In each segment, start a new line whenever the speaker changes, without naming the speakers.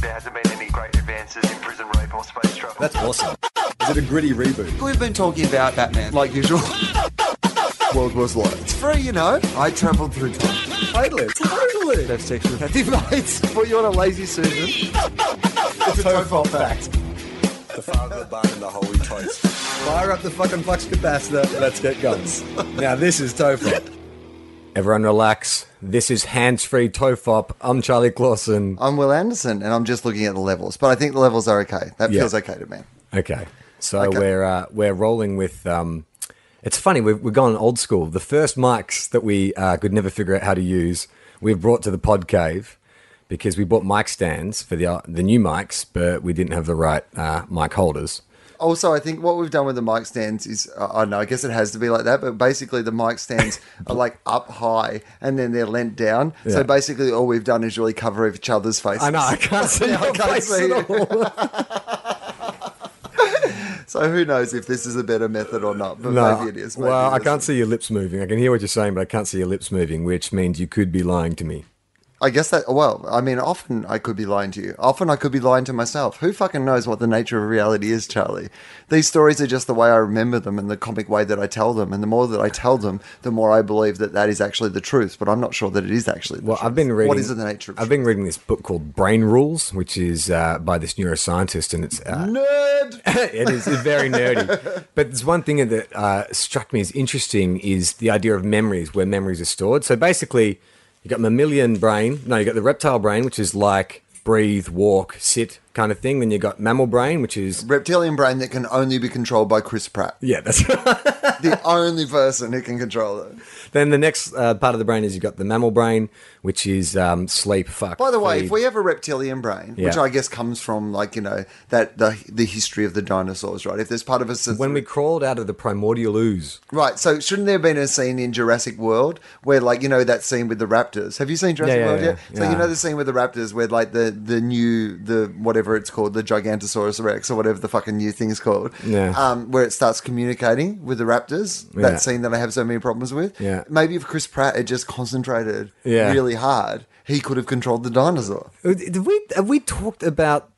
There hasn't been any great advances in prison rape or space travel.
That's awesome. Is it a gritty reboot?
We've been talking about Batman, like usual.
World Wars Light.
Free, you know. I travelled through time.
Totally. Totally.
Have sex with happy mates. Put you on a lazy Susan.
It's a profile fact.
the father of the barn and the holy toast.
Fire up the fucking flux capacitor. Let's get guns. Now this is Tofop.
Everyone relax. This is hands free tofop. I'm Charlie Clausen.
I'm Will Anderson, and I'm just looking at the levels, but I think the levels are okay. That
Yeah.
feels okay to me.
Okay. So we're uh, we're rolling with um it's funny, we've we've gone old school. The first mics that we uh, could never figure out how to use, we've brought to the pod cave because we bought mic stands for the uh, the new mics, but we didn't have the right uh, mic holders.
Also, I think what we've done with the mic stands is uh, I don't know. I guess it has to be like that, but basically the mic stands are like up high and then they're lent down. So
Yeah.
basically, all we've done is really cover each other's faces.
I know, I can't see
Yeah, I
your
can't
face
see
at all.
So who knows if this is a better method or not? But
No,
maybe it is. Maybe
well,
it
I can't
isn't.
see your lips moving. I can hear what you're saying, but I can't see your lips moving, which means you could be lying to me.
I guess that. Well, I mean, often I could be lying to you. Often I could be lying to myself. Who fucking knows what the nature of reality is, Charlie? These stories are just the way I remember them and the comic way that I tell them. And the more that I tell them, the more I believe that that is actually the truth. But I'm not sure that it is actually. The
Well,
truth.
I've been reading.
What is the nature? Of
I've been reading this book called Brain Rules, which is uh, by this neuroscientist, and it's uh,
nerd.
it is very nerdy. But there's one thing that uh, struck me as interesting is the idea of memories, where memories are stored. So basically, you got mammalian brain. No, you got the reptile brain, which is like breathe, walk, sit kind of thing. Then you got mammal brain, which is
Reptilian brain that can only be controlled by Chris Pratt,
yeah, that's.
the only person who can control it.
then the next uh, part of the brain is you got the mammal brain, which is um, sleep. Fuck.
By the way, if
feed.
we have a reptilian brain, which
Yeah.
I guess comes from like you know that the the history of the dinosaurs, right? If there's part of us that's
when we crawled out of the primordial ooze.
Right, so shouldn't there have been a scene in Jurassic World where, like, you know, that scene with the raptors? Have you seen Jurassic
yeah,
World
yeah,
yet? So you
yeah.
know the scene with the raptors where, like, the the new the whatever it's called, the Gigantosaurus Rex or whatever the fucking new thing's called,
Yeah.
um, where it starts communicating with the raptors.
Yeah.
That scene that I have so many problems with.
Yeah.
maybe if Chris Pratt had just concentrated
Yeah.
really hard, he could have controlled the dinosaur.
uh, Did we have we talked about?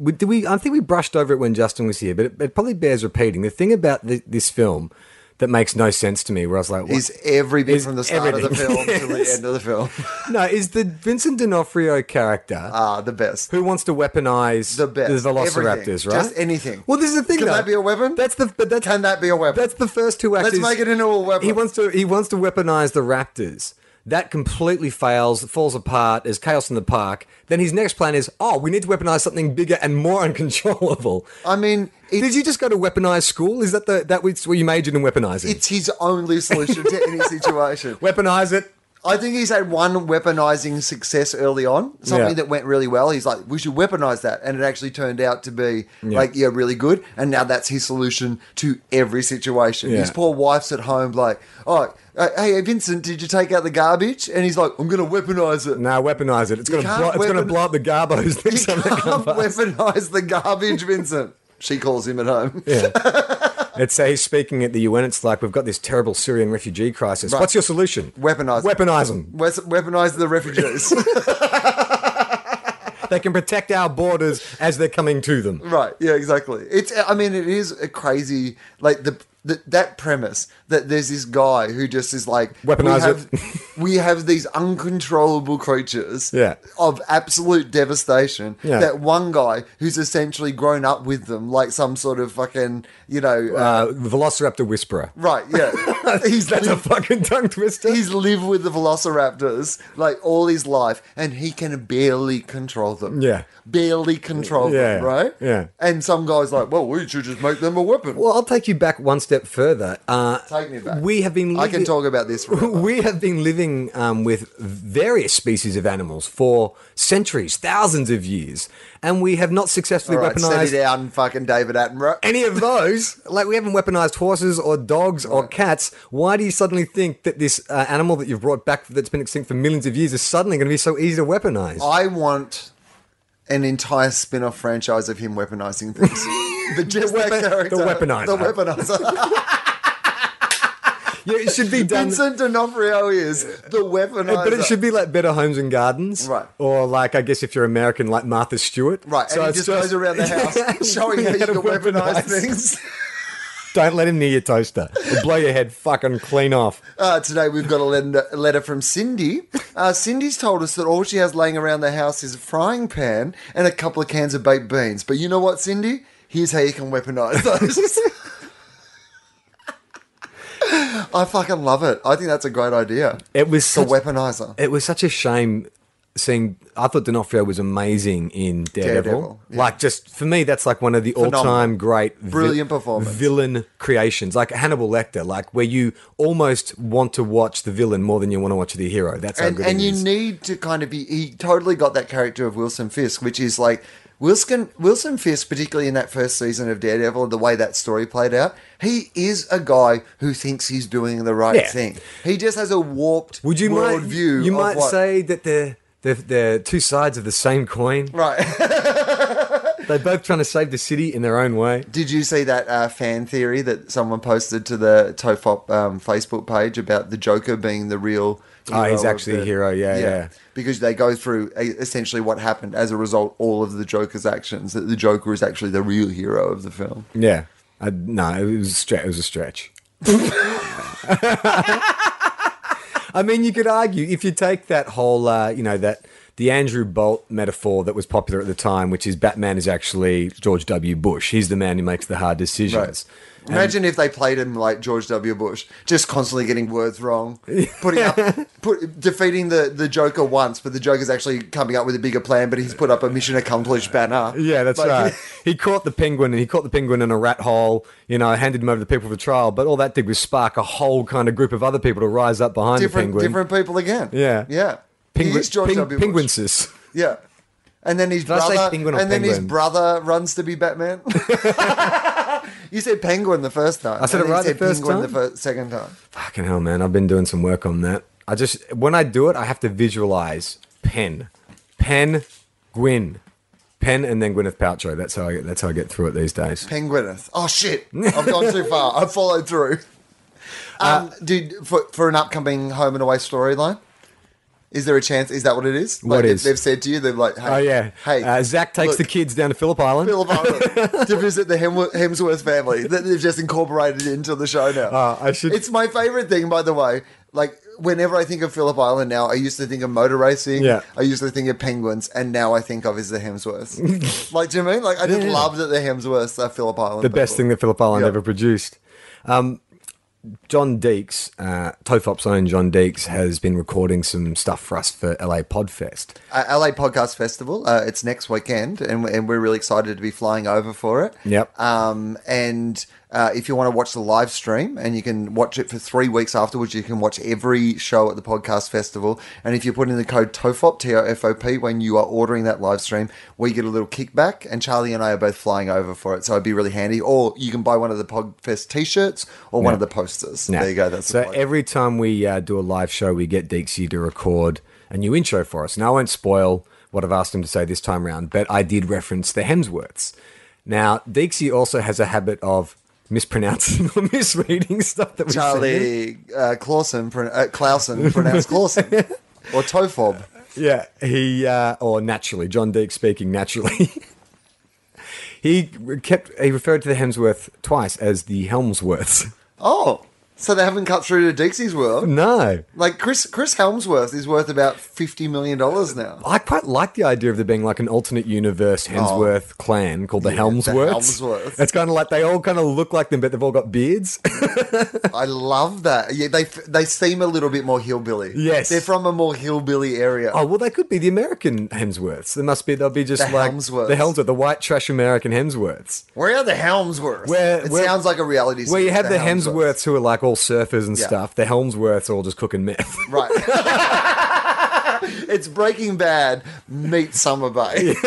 we- Did we? I think we brushed over it when Justin was here, but it, it probably bears repeating. The thing about th- this film that makes no sense to me, where I was like, what?
Is every bit
Is
from the start of the
everything.
film to the
Yes.
end of the film
no, is the Vincent D'Onofrio character
ah the best?
who wants to weaponize
The best.
Velociraptors,
Everything.
right?
Just anything.
Well, this is the thing.
Can
though.
that be a weapon?
That's the. But that's,
Can that be a weapon?
That's the first two actors.
make it into a weapon.
He wants to. He wants to weaponize the Raptors. That completely fails, falls apart as chaos in the park. Then his next plan is, oh, we need to weaponize something bigger and more uncontrollable.
I mean, it,
Did you just go to weaponized school? Is that the that was where you majored in weaponizing?
It's his only solution to any situation.
weaponize it.
I think he's had one weaponizing success early on, something
Yeah.
that went really well. He's like, we should weaponize that. And it actually turned out to be
Yeah.
like, yeah, really good. And now that's his solution to every situation. His
Yeah.
poor wife's at home, like, oh, uh, hey, Vincent, did you take out the garbage? And he's like, I'm going to weaponize it.
Now weaponize it. It's gonna
can't
blow, it's gonna
weapon-
blow up the garbos
You
next time
can't
they come past.
weaponize the garbage, Vincent. She calls him at home.
It's say he's speaking at the UN. It's like we've got this terrible Syrian refugee crisis.
Right.
What's your solution?
Weaponize it.
Weaponize them.
Wes- Weaponize the refugees.
They can protect our borders as they're coming to them.
Right. Yeah. Exactly. It's. I mean, it is a crazy like the. the- That premise that there's this guy who just is like
Weaponize
we have, we have these uncontrollable creatures
Yeah.
of absolute devastation.
Yeah.
That one guy who's essentially grown up with them, like some sort of fucking you know, uh,
Uh, Velociraptor Whisperer.
right? Yeah, he's
That's a fucking tongue twister.
he's lived with the velociraptors like all his life and he can barely control them.
Yeah.
Barely control
Yeah.
them, right?
Yeah.
And some guy's like, well, we should just make them a weapon.
well, I'll take you back one step step further. Uh,
Take me back.
We have been.
I can
living-
talk about this forever.
We have been living um, with various species of animals for centuries, thousands of years, and we have not successfully
All right, set
weaponized
it down, fucking David Attenborough.
any of those. like we haven't weaponized horses or dogs or cats. Why do you suddenly think that this uh, animal that you've brought back that's been extinct for millions of years is suddenly going to be so easy to weaponize?
I want an entire spin-off franchise of him weaponizing things. the just
The
that
weapon-
character,
the weaponizer.
the weaponizer.
yeah, it should be done. uh,
Vincent D'Onofrio is the weaponizer.
But it should be like Better Homes and Gardens,
Right.
Or like I guess if you're American, like Martha Stewart,
right. and
it's
he just goes around the house showing how you
How
can
to
weaponize
weaponize.
things.
Don't let him near your toaster. It'll blow your head fucking clean off.
Uh, today we've got a letter, a letter from Cindy. Uh, Cindy's told us that all she has laying around the house is a frying pan and a couple of cans of baked beans. But you know what, Cindy? Here's how you can weaponize those. I fucking love it. I think that's a great idea.
It was
the
such,
weaponizer.
it was such a shame seeing. I thought D'Onofrio was amazing in Daredevil.
Daredevil, yeah.
Like just for me, that's like one of the
Phenomenal.
all-time great, vi-
Brilliant performance.
villain creations. Like Hannibal Lecter, like where you almost want to watch the villain more than you want to watch the hero. That's how
And,
good
and
it
you
is.
need to kind of be. He totally got that character of Wilson Fisk, which is like Wilson Wilson Fisk, particularly in that first season of Daredevil, the way that story played out. He is a guy who thinks he's doing the right
Yeah.
thing. He just has a warped
Would you might
worldview.
you
of
might
what-
say that they're, they're they're two sides of the same coin.
right.
They're both trying to save the city in their own way.
Did you see that uh, fan theory that someone posted to the Tofop um, Facebook page about the Joker being the real?
Oh, he's
of
actually a hero, yeah, yeah.
Because they go through uh, essentially what happened as a result, all of the Joker's actions. That the Joker is actually the real hero of the film.
Yeah. I, no, it was a stretch. It was a stretch. I mean, you could argue if you take that whole, uh, you know, that the Andrew Bolt metaphor that was popular at the time, which is Batman is actually George W. Bush. He's the man who makes the hard decisions.
Imagine if they played him like George W. Bush, just constantly getting words wrong, putting up, put, defeating the, the Joker once, but the Joker's actually coming up with a bigger plan. But he's put up a mission accomplished banner.
Yeah, that's
Like,
right. He caught the penguin and he caught the penguin in a rat hole, you know, handed him over to the people for trial. But all that did was spark a whole kind of group of other people to rise up behind the
different
penguin.
different people again.
Yeah.
yeah. he
penguin,
is George
peng-
W. Bush.
penguinsis.
Yeah. And then his
I say
brother,
penguin or
and then his
penguin?
brother runs to be Batman. you said penguin the first time.
I said
and
it
then
right
you
the first
penguin
time?
The fir- second time.
Fucking hell, man! I've been doing some work on that. I just when I do it, I have to visualize pen, pen, Gwyn, pen, and then Gwyneth Paltrow. That's how I get. That's how I get through it these days.
Penguineth. Oh shit! I've gone too far. I've followed through.
Uh,
Um, dude, for for an upcoming home and away storyline, is there a chance? Is that what it is?
What
Like, they-
is?
they've said to you? They're like, hey,
Oh yeah.
hey,
uh, Zach takes
look,
the kids down to Phillip Island.
Philip Island to visit the Hem- Hemsworth family that they've just incorporated into the show now.
Ah, I should-
It's my favorite thing, by the way. Like whenever I think of Phillip Island now, I used to think of motor racing.
Yeah.
I used to think of penguins, and now I think of is the Hemsworths. like, do you mean? Like, I just
Yeah.
love that the Hemsworths are Phillip Island.
the best
people.
thing that Philip Island
Yeah.
ever produced. Um, John Deeks, uh, Tofop's own John Deeks, has been recording some stuff for us for LA Podfest.
uh, LA Podcast Festival. Uh, it's next weekend, and, and we're really excited to be flying over for it.
Yep.
Um, and uh, if you want to watch the live stream, and you can watch it for three weeks afterwards, you can watch every show at the podcast festival. And if you put in the code TOFOP T O F O P when you are ordering that live stream, we get a little kickback. And Charlie and I are both flying over for it, so it'd be really handy. Or you can buy one of the Podfest T-shirts or one
Yeah.
of the posters.
Nah.
There you go. That's
so
the plug.
every time we uh, do a live show, we get Deeksy to record a new intro for us. Now I won't spoil what I've asked him to say this time round, but I did reference the Hemsworths. Now Deeksy also has a habit of mispronouncing or misreading stuff that we say.
Charlie uh, Clausen, pro- uh, Clausen, pronounced Clausen or Tofob.
Yeah, he uh, or naturally, John Deek speaking naturally. he kept he referred to the Hemsworth twice as the Helmsworths.
Oh, So they haven't cut through to Dixie's world.
No.
Like Chris Chris Helmsworth is worth about fifty million dollars now.
I quite like the idea of there being like an alternate
Oh.
universe Hemsworth clan called the Helmsworths.
Helmsworths.
It's kind of like they all kind of look like them, but they've all got beards.
I love that. Yeah, they they seem a little bit more hillbilly.
Yes.
they're from a more hillbilly area.
oh well, they could be the American Hemsworths. They must be. They'll be just
The
like
Helmsworths.
the Helmsworth, the white trash American Hemsworths.
Where are the Helmsworths?
Where-
it
where-
sounds like a reality.
Where you
series,
have the, Hemsworths. who are like all surfers and
Yeah.
stuff. The Helmsworths are all just cooking meth.
right? it's Breaking Bad meet Summer Bay.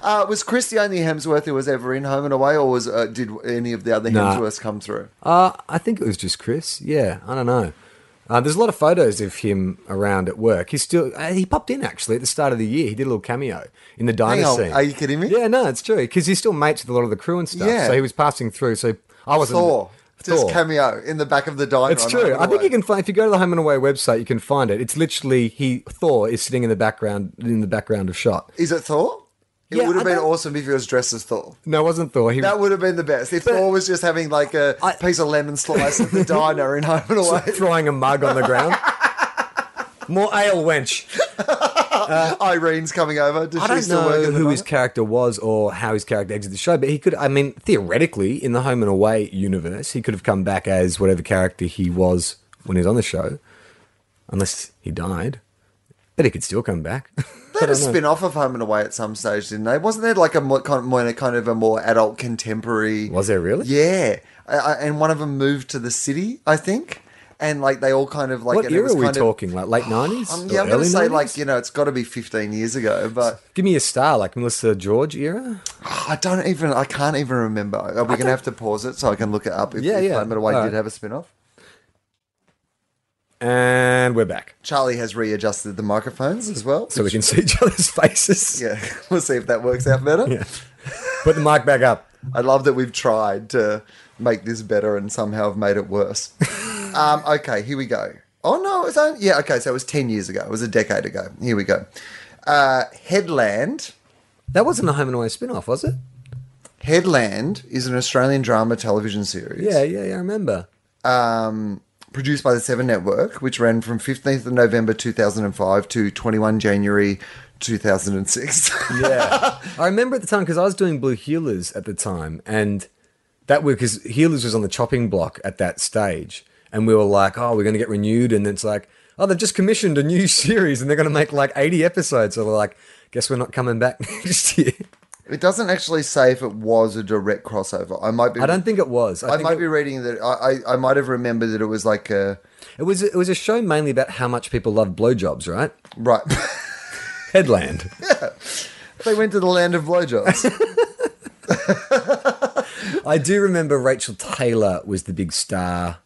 Uh, was Chris the only Hemsworth who was ever in Home and Away, or was uh, did any of the other
Nah.
Hemsworths come through?
Uh, I think it was just Chris. Yeah, I don't know. Uh, there's a lot of photos of him around at work. He's still uh, he popped in actually at the start of the year. He did a little cameo in the diner
Hang on,
scene.
are you kidding me?
Yeah, no, it's true because he's still mates with a lot of the crew and stuff.
Yeah.
So he was passing through. So I wasn't
Thor, just
Thor.
cameo in the back of the diner.
It's
on
true.
Home and
I think
Away.
you can find if you go to the Home and Away website, you can find it. It's literally he Thor is sitting in the background in the background of shot.
Is it Thor? It
Yeah,
would have
I
been
don't-
awesome if he was dressed as Thor.
No, it wasn't Thor. He
That would have been the best. If Thor was just having like a
I-
piece of lemon slice at the diner in Home and Away,
throwing a mug on the ground. More ale, wench.
Irene's coming over. Does
uh, I
she
don't
still
know
work in the
who his
diner?
character was or how his character exited the show, but he could. I mean, theoretically, in the Home and Away universe, he could have come back as whatever character he was when he was on the show, unless he died. But he could still come back.
They had a spin off of Home and Away at some stage, didn't they? Wasn't there like a more, kind of- more- kind of a more adult contemporary?
Was there really?
Yeah, I, I, and one of them moved to the city, I think, and like they all kind of like.
what
and it
era
was
are we
kind of-
talking? Like late nineties?
Um, yeah, I'm gonna say like you know it's got to be 15 years ago, but
Give me a star, like Melissa George era.
I don't even I can't even remember. Are we gonna have to pause it so I can look it up? If,
Yeah,
if
yeah.
Home and Away
All
did
right.
have a spin off.
And we're back,
Charlie has readjusted the microphones as well.
so we can see each other's faces.
yeah, we'll see if that works out better.
Yeah. Put the mic back up.
I love that we've tried to make this better and somehow have made it worse. um, okay, here we go. Oh no, it's only, yeah. Okay, so it was ten years ago. It was a decade ago. Here we go. Uh, Headland.
That wasn't a Home and Away spin-off, was it?
Headland is an Australian drama television series.
Yeah, yeah, yeah. I remember.
um, produced by the Seven Network, which ran from 15th of November 2005 to 21 January 2006.
Yeah. I remember at the time because I was doing Blue Healers at the time, and that week because Healers was on the chopping block at that stage, and we were like, "Oh, we're going to get renewed," and it's like, "Oh, they've just commissioned a new series, and they're going to make like eighty episodes." So they're like, "Guess we're not coming back next year."
it doesn't actually say if it was a direct crossover. I might be.
I don't think it was.
I,
think
might
it,
be reading that. I, I I might have remembered that it was like a
It was it was a show mainly about how much people love blowjobs, right?
right.
Headland.
they went to the land of blowjobs.
I do remember Rachel Taylor was the big star.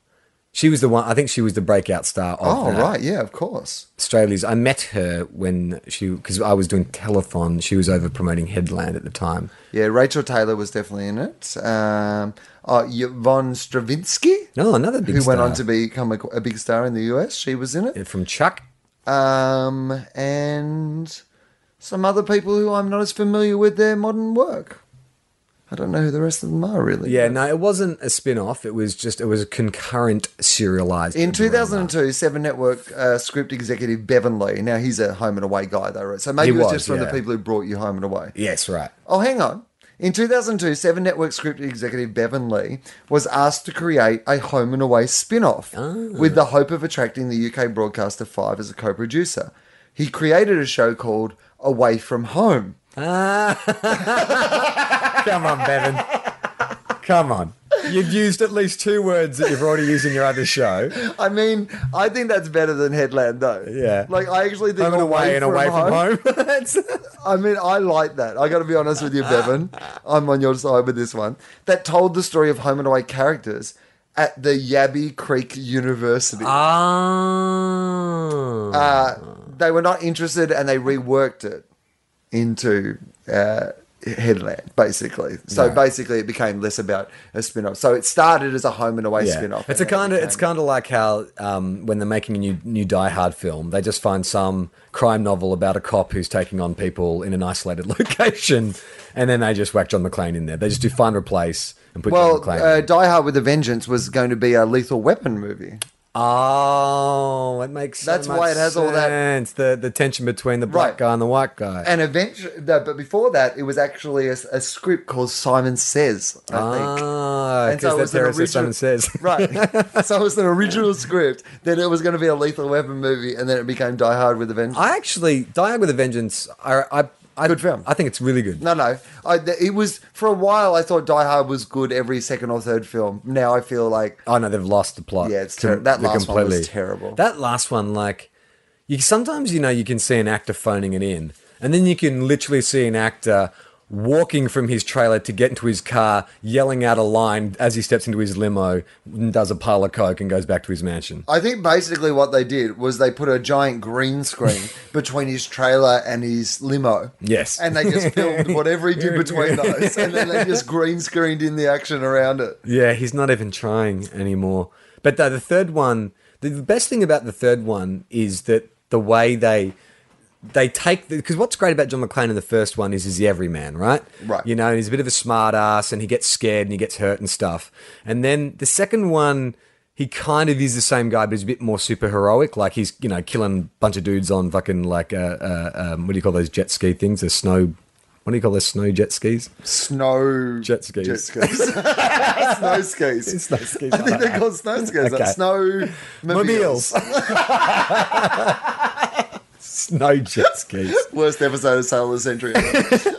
She was the one. I think she was the breakout star. Of
oh
that.
right, yeah, of course.
Australia's. I met her when she because I was doing telethon. She was over promoting Headland at the time.
Yeah, Rachel Taylor was definitely in it. Um, oh, Yvonne Stravinsky,
No, another big
who
star.
went on to become a, a big star in the US, she was in it.
Yeah, from Chuck.
um, and some other people who I'm not as familiar with their modern work. I don't know who the rest of them are really.
Yeah, no, it wasn't a spin-off. It was just it was a concurrent serialized.
In
drama.
2002, Seven Network uh, script executive Bevan Lee. Now he's a Home and Away guy, though, right? So maybe
He
it was,
was,
just from the
yeah.
people who brought you Home and Away.
Yes, right.
Oh, hang on. In 2002, Seven Network script executive Bevan Lee was asked to create a Home and Away spin off
Ah.
with the hope of attracting the UK broadcaster Five as a co producer. He created a show called Away from Home.
Come on, Bevan. Come on. You've used at least two words that you've already used in your other show.
I mean, I think that's better than Headland, though.
Yeah.
Like, I actually think
Home and away and away from home. That's-
I mean, I like that. I got to be honest with you, Bevan. I'm on your side with this one. That told the story of home and away characters at the Yabby Creek University.
Ah.
Uh, they were not interested, and they reworked it into uh, headland, basically. So
No.
basically, it became less about a spin off. So it started as a home and away
Yeah.
spin off.
It's a kind of it's kind of like how um, when they're making a new new Die Hard film, they just find some crime novel about a cop who's taking on people in an isolated location, and then they just whack John McClane in there. They just do find replace and put
Well,
John
uh,
McClane. in.
Die Hard with a Vengeance was going to be a Lethal Weapon movie.
oh, it makes so
That's
much
why it has all that-
sense. the the tension between the black
Right.
guy and the white guy.
And eventually, no, but before that, it was actually a, a script called Simon Says, I think.
ah,
And so it
because that's
was an
Terrence Simon
original-
says.
Right. so it was an original script, then it was going to be a Lethal Weapon movie, and then it became Die Hard with a Vengeance.
I actually Die Hard with a Vengeance. I, I, I
Good film.
I think it's really good.
No, no. I, th- it was for a while. I thought Die Hard was good every second or third film. Now I feel like
Oh no, they've lost the plot.
Yeah, it's
to-
ter- that
they're
last one was terrible.
That last one, like you sometimes you know you can see an actor phoning it in, and then you can literally see an actor walking from his trailer to get into his car, yelling out a line as he steps into his limo, and does a pile of coke, and goes back to his mansion.
I think basically what they did was they put a giant green screen between his trailer and his limo.
Yes.
and they just filmed whatever he did between those, and then they just green screened in the action around it.
Yeah, he's not even trying anymore. But the, the third one, the, the best thing about the third one is that the way they they take because what's great about John McClane in the first one is he's the everyman, right?
Right.
You know, and he's a bit of a smart ass, and he gets scared and he gets hurt and stuff. And then the second one. He kind of is the same guy, but he's a bit more superheroic. Like he's, you know, killing a bunch of dudes on fucking like, uh, uh, um, what do you call those jet ski things? The snow, what do you call those snow jet skis?
Snow
Jet skis.
jet skis, snow skis.
Snow skis.
I think they're called snow skis. like
Okay.
Snow mobiles.
Snow jet skis.
Worst episode of Sailor Century. ever.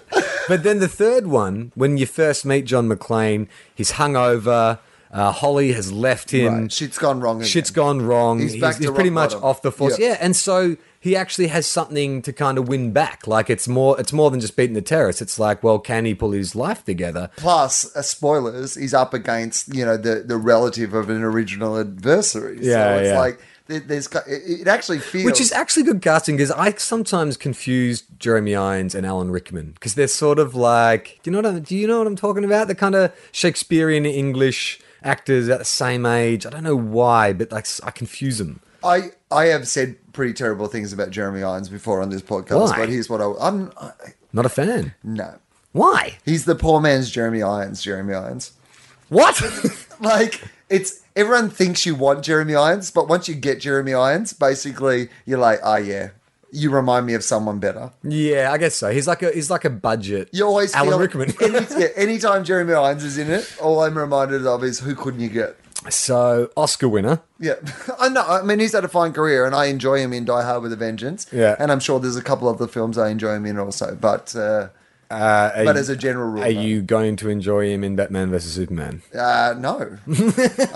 But then the third one, when you first meet John McClane, he's hungover. Uh, Holly has left him.
right. Shit's gone wrong. Again.
Shit's gone wrong.
He's
He's,
back
he's
to
pretty
rock
much
bottom.
off the force.
Yeah.
Yeah. and so he actually has something to kind of win back. Like it's more, it's more than just beating the terrorists. It's like, well, can he pull his life together?
Plus, uh, spoilers, he's up against you know the the relative of an original adversary.
Yeah,
so it's
yeah.
like there- there's cu- it it actually feels
Which is actually good casting because I sometimes confuse Jeremy Irons and Alan Rickman because they're sort of like, do you know what I'm, do you know what I'm talking about? They're kind of Shakespearean English actors at the same age. I don't know why, but like I confuse them.
I I have said pretty terrible things about Jeremy Irons before on this podcast,
Why?
but here's what I, I'm I,
Not a fan.
no,
Why?
he's the poor man's Jeremy Irons. Jeremy Irons,
What?
like it's everyone thinks you want Jeremy Irons, but once you get Jeremy Irons, basically you're like, oh yeah, you remind me of someone better.
yeah, I guess so. He's like a he's like a budget.
You always
Alan
feel,
Rickman.
any, yeah, anytime Jeremy Irons is in it, all I'm reminded of is who couldn't you get.
so Oscar winner.
Yeah, I know. I mean, he's had a fine career, and I enjoy him in Die Hard with a Vengeance.
Yeah.
and I'm sure there's a couple of the films I enjoy him in also. But uh,
Uh, are
but
you-
as a general rule,
are you going to enjoy him in Batman versus Superman?
no. Uh, no.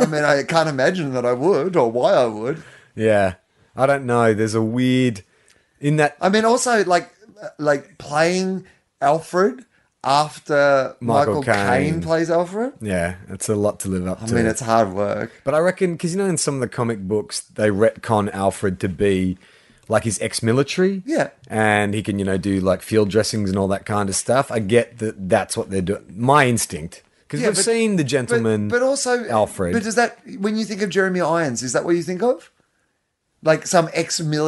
I mean, I can't imagine that I would or why I would.
Yeah, I don't know. There's a weird in that
I mean, also like like playing Alfred after
Michael
Michael Caine
Caine.
plays Alfred.
Yeah, it's a lot to live up
I
to.
mean, it's hard work.
but I reckon because you know in some of the comic books they retcon Alfred to be like he's ex-military.
Yeah.
and he can you know do like field dressings and all that kind of stuff. I get that that's what they're doing. My instinct because
Yeah,
we've
but-
seen the gentleman,
But, but also
Alfred.
But does that when you think of Jeremy Irons, is that what you think of? Like some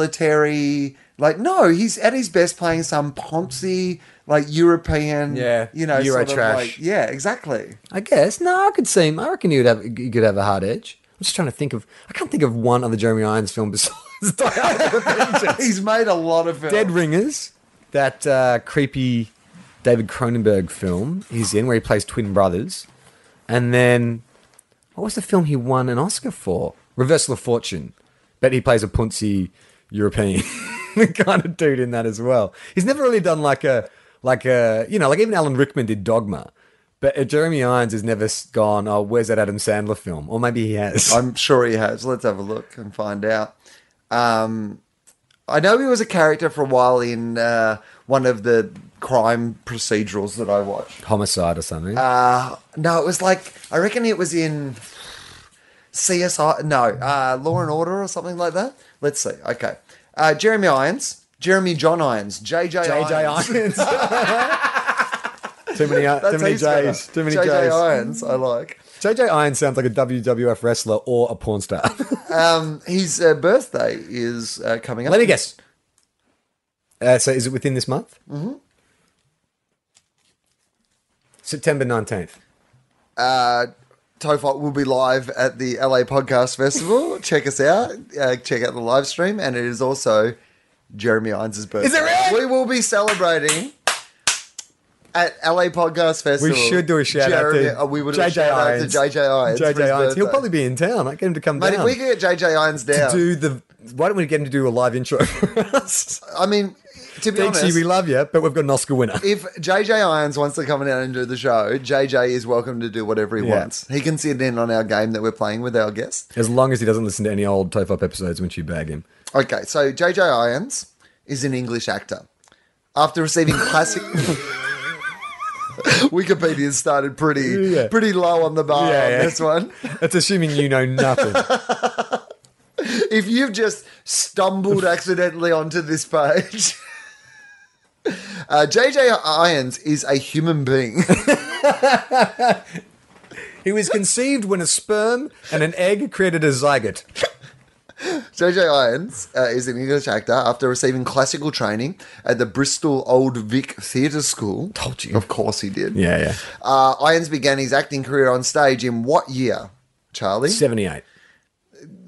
ex-military? Like no, he's at his best playing some poncy like European.
Yeah,
you know, sort of
Eurotrash.
like- yeah, exactly.
I guess no, I could see him. I reckon he would have he could have a hard edge. I'm just trying to think of. I can't think of one other Jeremy Irons film besides Die Hard with a Vengeance.
He's made a lot of films.
Dead Ringers, that uh, creepy David Cronenberg film he's in where he plays twin brothers. And then, what was the film he won an Oscar for? Reversal of Fortune. Bet he plays a puncy European kind of dude in that as well. He's never really done like a, like a, you know, like even Alan Rickman did Dogma. But uh, Jeremy Irons has never s- gone, oh, where's that Adam Sandler film? Or maybe he has.
I'm sure he has. Let's have a look and find out. Um, I know he was a character for a while in uh, one of the crime procedurals that I watched.
Homicide or something.
Uh, no, it was like I reckon it was in CSI. No, uh, Law and Order or something like that. Let's see. Okay, uh, Jeremy Irons, Jeremy John Irons, JJ,
JJ
Irons.
Irons. Too many, uh, too
That's
many
heaps better.
J's. Too many
JJ
J's.
Irons, I like.
JJ Irons sounds like a WWF wrestler or a porn star.
Um, his uh, birthday is uh, coming up.
Let me guess. Uh, so is it within this month? Mm-hmm. September 19th.
Uh, Tofop will be live at the LA Podcast Festival. check us out. Uh, check out the live stream. And it is also Jeremy Irons' birthday.
it really?
We will be celebrating at LA Podcast Festival.
We should do a shout
Jeremy-
out to
uh, we would do a
JJ
shout out to
Irons.
JJ Irons. for his
JJ Irons. He'll
birthday.
probably be in town. I get him to come
Mate, if
down
we could get JJ Irons down,
do the. Why don't we get him to do a live intro for us?
I mean, to be honest,
Dixie, we love you, but we've got an Oscar winner.
if JJ Irons wants to come down and do the show, JJ is welcome to do whatever he
Yeah.
wants. He can sit in on our game that we're playing with our guests.
As long as he doesn't listen to any old Tofop episodes when you bag him.
Okay, so JJ Irons is an English actor. After receiving classic Wikipedia started pretty
Yeah.
pretty low on the bar
Yeah,
on
yeah.
this one.
That's assuming you know nothing.
If you've just stumbled accidentally onto this page. Uh, JJ Irons is a human being.
he was conceived when a sperm and an egg created a zygote.
JJ Irons uh, is an English actor after receiving classical training at the Bristol Old Vic Theatre School.
Told you.
Of course he did.
Yeah, yeah.
Uh, Irons began his acting career on stage in what year, Charlie? Uh,
78.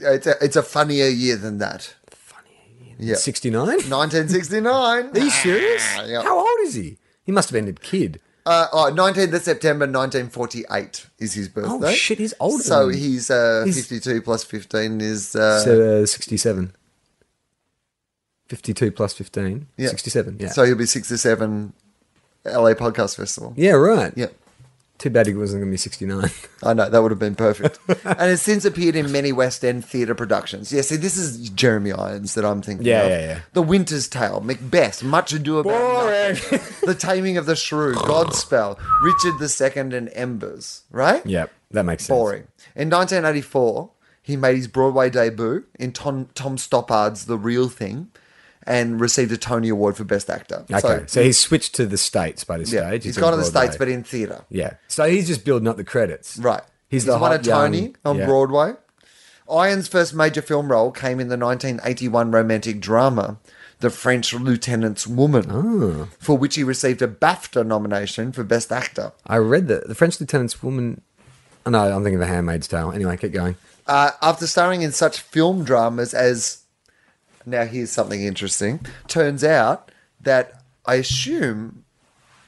It's a, it's a funnier year than that. Funnier year. Yeah.
69?
1969.
Are you serious?
yeah.
How old is he? He must have been a kid.
Uh, oh, 19th of September 1948 is his birthday.
Oh, shit, he's older than
So
me.
he's, uh,
He's-
52 plus 15 is. Uh,
So, uh, 67. 52 plus 15.
yeah.
67. Yeah.
So he'll be 67 LA Podcast Festival.
yeah, right.
yeah.
Too bad he wasn't going to be 69.
I know that would have been perfect. and has since appeared in many West End theatre productions. Yeah, see, this is Jeremy Irons that I'm thinking
Yeah,
of.
yeah, yeah.
The Winter's Tale, Macbeth, Much Ado About Nothing, The Taming of the Shrew, Godspell, Richard II, and Embers. Right?
yep. That makes sense.
Boring. In 1984, he made his Broadway debut in Tom, Tom Stoppard's The Real Thing, and received a Tony Award for Best Actor.
Okay. So, he's switched to the States by this
yeah,
stage.
he's
on
gone to the
Broadway.
states, but in theatre.
Yeah. So he's just building up the credits.
Right.
He's, the
won a
hot young-
Tony on
yeah.
Broadway. Iron's first major film role came in the 1981 romantic drama The French Lieutenant's Woman,
Ah.
for which he received a BAFTA nomination for Best Actor.
I read that the French Lieutenant's Woman. Oh, no, I'm thinking of A Handmaid's Tale. Anyway, keep going.
Uh, after starring in such film dramas as. Now, here's something interesting. Turns out that I assume.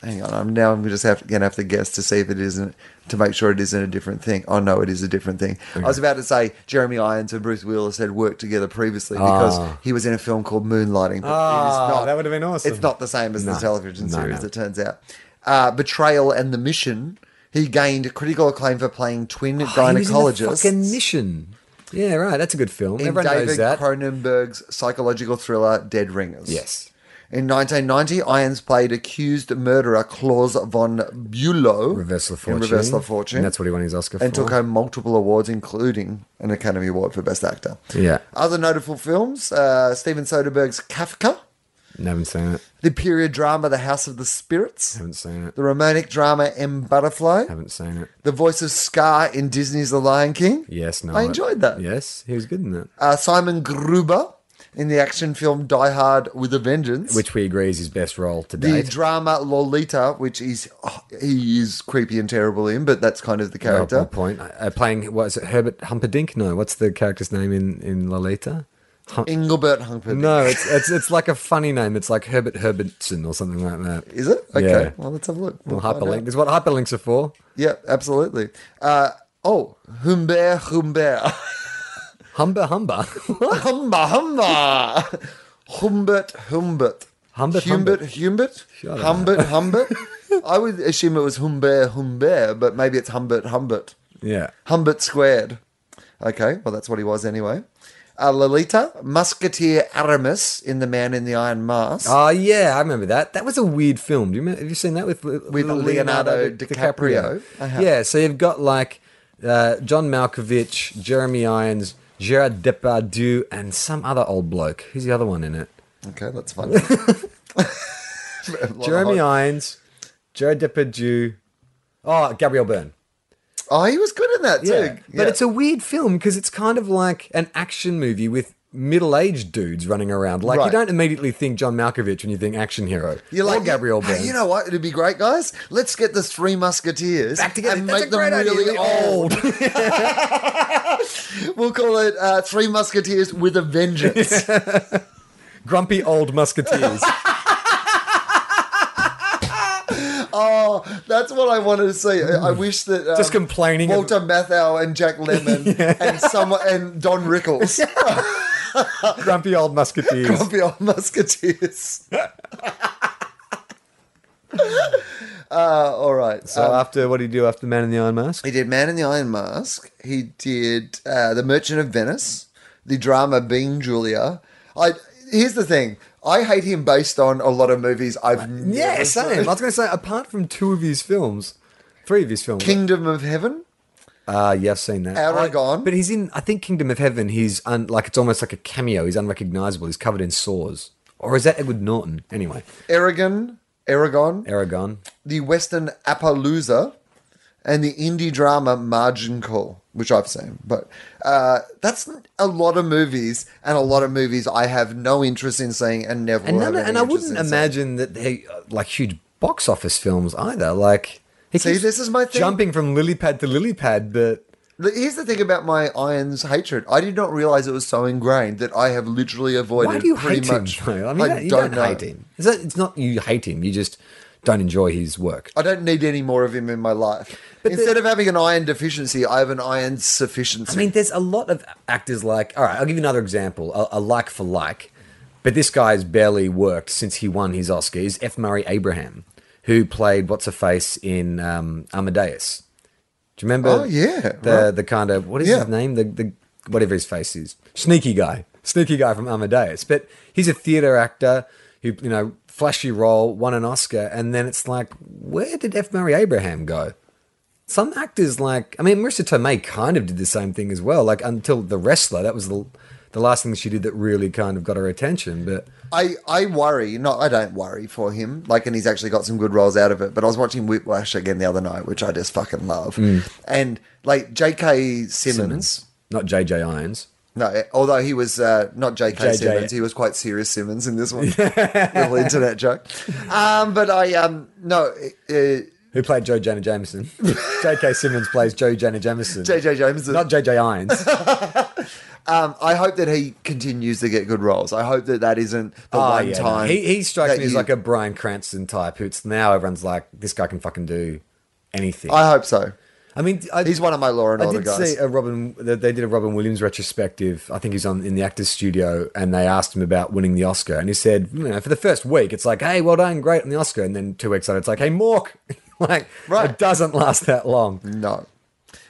Hang on, I'm now I'm just have, gonna have to guess to see if it isn't to make sure it isn't a different thing. Oh no, it is a different thing. I was about to say Jeremy Irons and Bruce Willis had worked together previously because he was in a film called Moonlighting. But
Ah, that would have been awesome.
It's not the same as
No,
the television
no,
series.
no.
It turns out, uh, Betrayal and the Mission. He gained critical acclaim for playing
Oh,
twin gynecologists
Fucking mission. Yeah, right. That's a good film.
in
Everyone knows
David
that.
Cronenberg's psychological thriller Dead Ringers.
Yes.
In 1990, Irons played accused murderer Klaus von Bülow
Reversal of
in
Fortune.
Reversal of Fortune,
And that's what he won his Oscar
and
for.
took home multiple awards, including an Academy Award for Best Actor.
Yeah.
Other notable films: uh, Steven Soderbergh's Kafka,
Haven't seen it.
the period drama The House of the Spirits,
Haven't seen it.
the romantic drama M Butterfly,
Haven't seen it.
the voice of Scar in Disney's The Lion King.
Yes, no.
I enjoyed that.
Yes, he was good in that.
uh, Simon Gruber in the action film Die Hard with a Vengeance,
Which we agree is his best role to
the
date.
drama Lolita, which is oh, he is creepy and terrible in, but that's kind of the
Oh,
character.
good point. Uh, playing what is it? Herbert Humperdinck? No, what's the character's name in in Lolita? Hum-
Engelbert Humperdinck.
no, it's, it's it's like a funny name. It's like Herbert Herbertson or something like that.
Is it? Okay.
Yeah.
Well, let's have a look.
Well,
find out.
hyperlink. Is what hyperlinks are for.
Yeah, absolutely. Uh, oh, Humbert Humbert.
Humber Humber.
Humba Humba. Humbert Humbert.
Humbert,
Humbert Humbert.
Shut up.
Humbert Humbert. I would assume it was Humbert Humbert, but maybe it's Humbert Humbert.
yeah.
Humbert squared. Okay, well, that's what he was anyway. Uh, Lolita, Musketeer Aramis in The Man in the Iron Mask.
Oh yeah, I remember that. That was a weird film. Do you remember, have you seen that with with
Leonardo DiCaprio? Uh-huh. I have.
Yeah, so you've got like uh, John Malkovich, Jeremy Irons, Gerard Depardieu, and some other old bloke. Who's the other one in it?
Okay, that's fun.
Jeremy Irons, Joe Depardieu. Oh, Gabriel Byrne.
Oh, he was good in that too.
Yeah. But
Yeah.
it's a weird film because it's kind of like an action movie with middle-aged dudes running around. Like you
Right.
don't immediately think John Malkovich when you think action hero.
You're like
or Gabriel
"Hey,
Byrne.
You know what? It'd be great, guys. Let's get the Three Musketeers
back together
and
That's
make
a great
them really
idea. Oh. Really
old. We'll call it uh, Three Musketeers with a Vengeance.
Grumpy old musketeers.
Um, oh, that's what I wanted to see. I, I wish that um,
Just complaining of-
Walter Matthau and Jack Lemmon and someone and Don Rickles
Grumpy old musketeers.
of the Old Musketeers. uh, Uh, all right.
So after what did he do after Man in the Iron Mask?
He did Man in the Iron Mask. He did uh, The Merchant of Venice, the drama Bean Julia. I here's the thing. I hate him based on a lot of movies I've
Yeah,
never
same. I
seen.
was going to say, apart from two of his films, three of his films.
Kingdom of Heaven.
Ah, yeah, I've seen that.
Out and
I-
Gone.
But he's in, I think, Kingdom of Heaven. He's un, like, it's almost like a cameo. He's unrecognizable. He's covered in sores. Or is that Edward Norton? Anyway,
Aragon, Aragon,
Aragon.
the Western Appaloosa, and the indie drama Margin Call, which I've seen. But uh, that's a lot of movies, and a lot of movies I have no interest in seeing, and never.
And,
will
none,
have
and
any
I
interest
wouldn't
in seeing.
imagine that they, uh, like, huge box office films either. Like, he
See,
keeps
this is my thing.
Jumping from lily pad to lily pad, but
The- Here's the thing about my Irons hatred. I did not realize it was so ingrained that I have literally avoided
why do you
pretty
hate
much.
him? I mean, you don't- you don't,
know.
hate him. Is that, it's not you hate him, you just don't enjoy his work.
I don't need any more of him in my life.
But
Instead
the-
of having an iron deficiency, I have an iron sufficiency.
I mean, there's a lot of actors like. All right, I'll give you another example. A, a like for like, but this guy's barely worked since he won his Oscar. Is F. Murray Abraham, who played what's a face in um, Amadeus? Do you remember?
Oh, yeah,
the
right.
Uh, the kind of what is
Yeah.
his name? The the whatever his face is, sneaky guy, sneaky guy from Amadeus. But he's a theater actor who you know flashy role won an Oscar, and then it's like, where did F. Murray Abraham go? some actors like I mean Marissa Tomei kind of did the same thing as well. Like until the wrestler, that was the the last thing she did that really kind of got her attention. But
I, I worry, no, I don't worry for him. Like, and he's actually got some good roles out of it. But I was watching Whiplash again the other night, which I just fucking love.
Hmm.
And like J.K. Simmons,
not JJ Irons.
No, although he was uh, not J.K.
JJ.
Simmons, he was quite serious Simmons in this one. Little internet joke. Um, but I um, no, uh,
Who played Joe Jana Jameson? JK Simmons plays Joe Jana Jameson.
J.J. Jameson.
Not JJ Irons.
um, I hope that he continues to get good roles. I hope that that isn't the one
Oh, yeah, no.
time
He, he strikes
that
me as
you-
like a Brian Cranston type who it's now everyone's like, this guy can fucking do anything. I,
I hope so.
mean, I,
He's one of my Law and
I
Order
did
guys.
see a Robin. They they did a Robin Williams retrospective. I think he's on in the Actors Studio, and they asked him about winning the Oscar, and he said, you know, for the first week, it's like, hey, well done, great on the Oscar, and then two weeks later, it's like, hey, Mork, like,
Right.
it doesn't last that long.
No.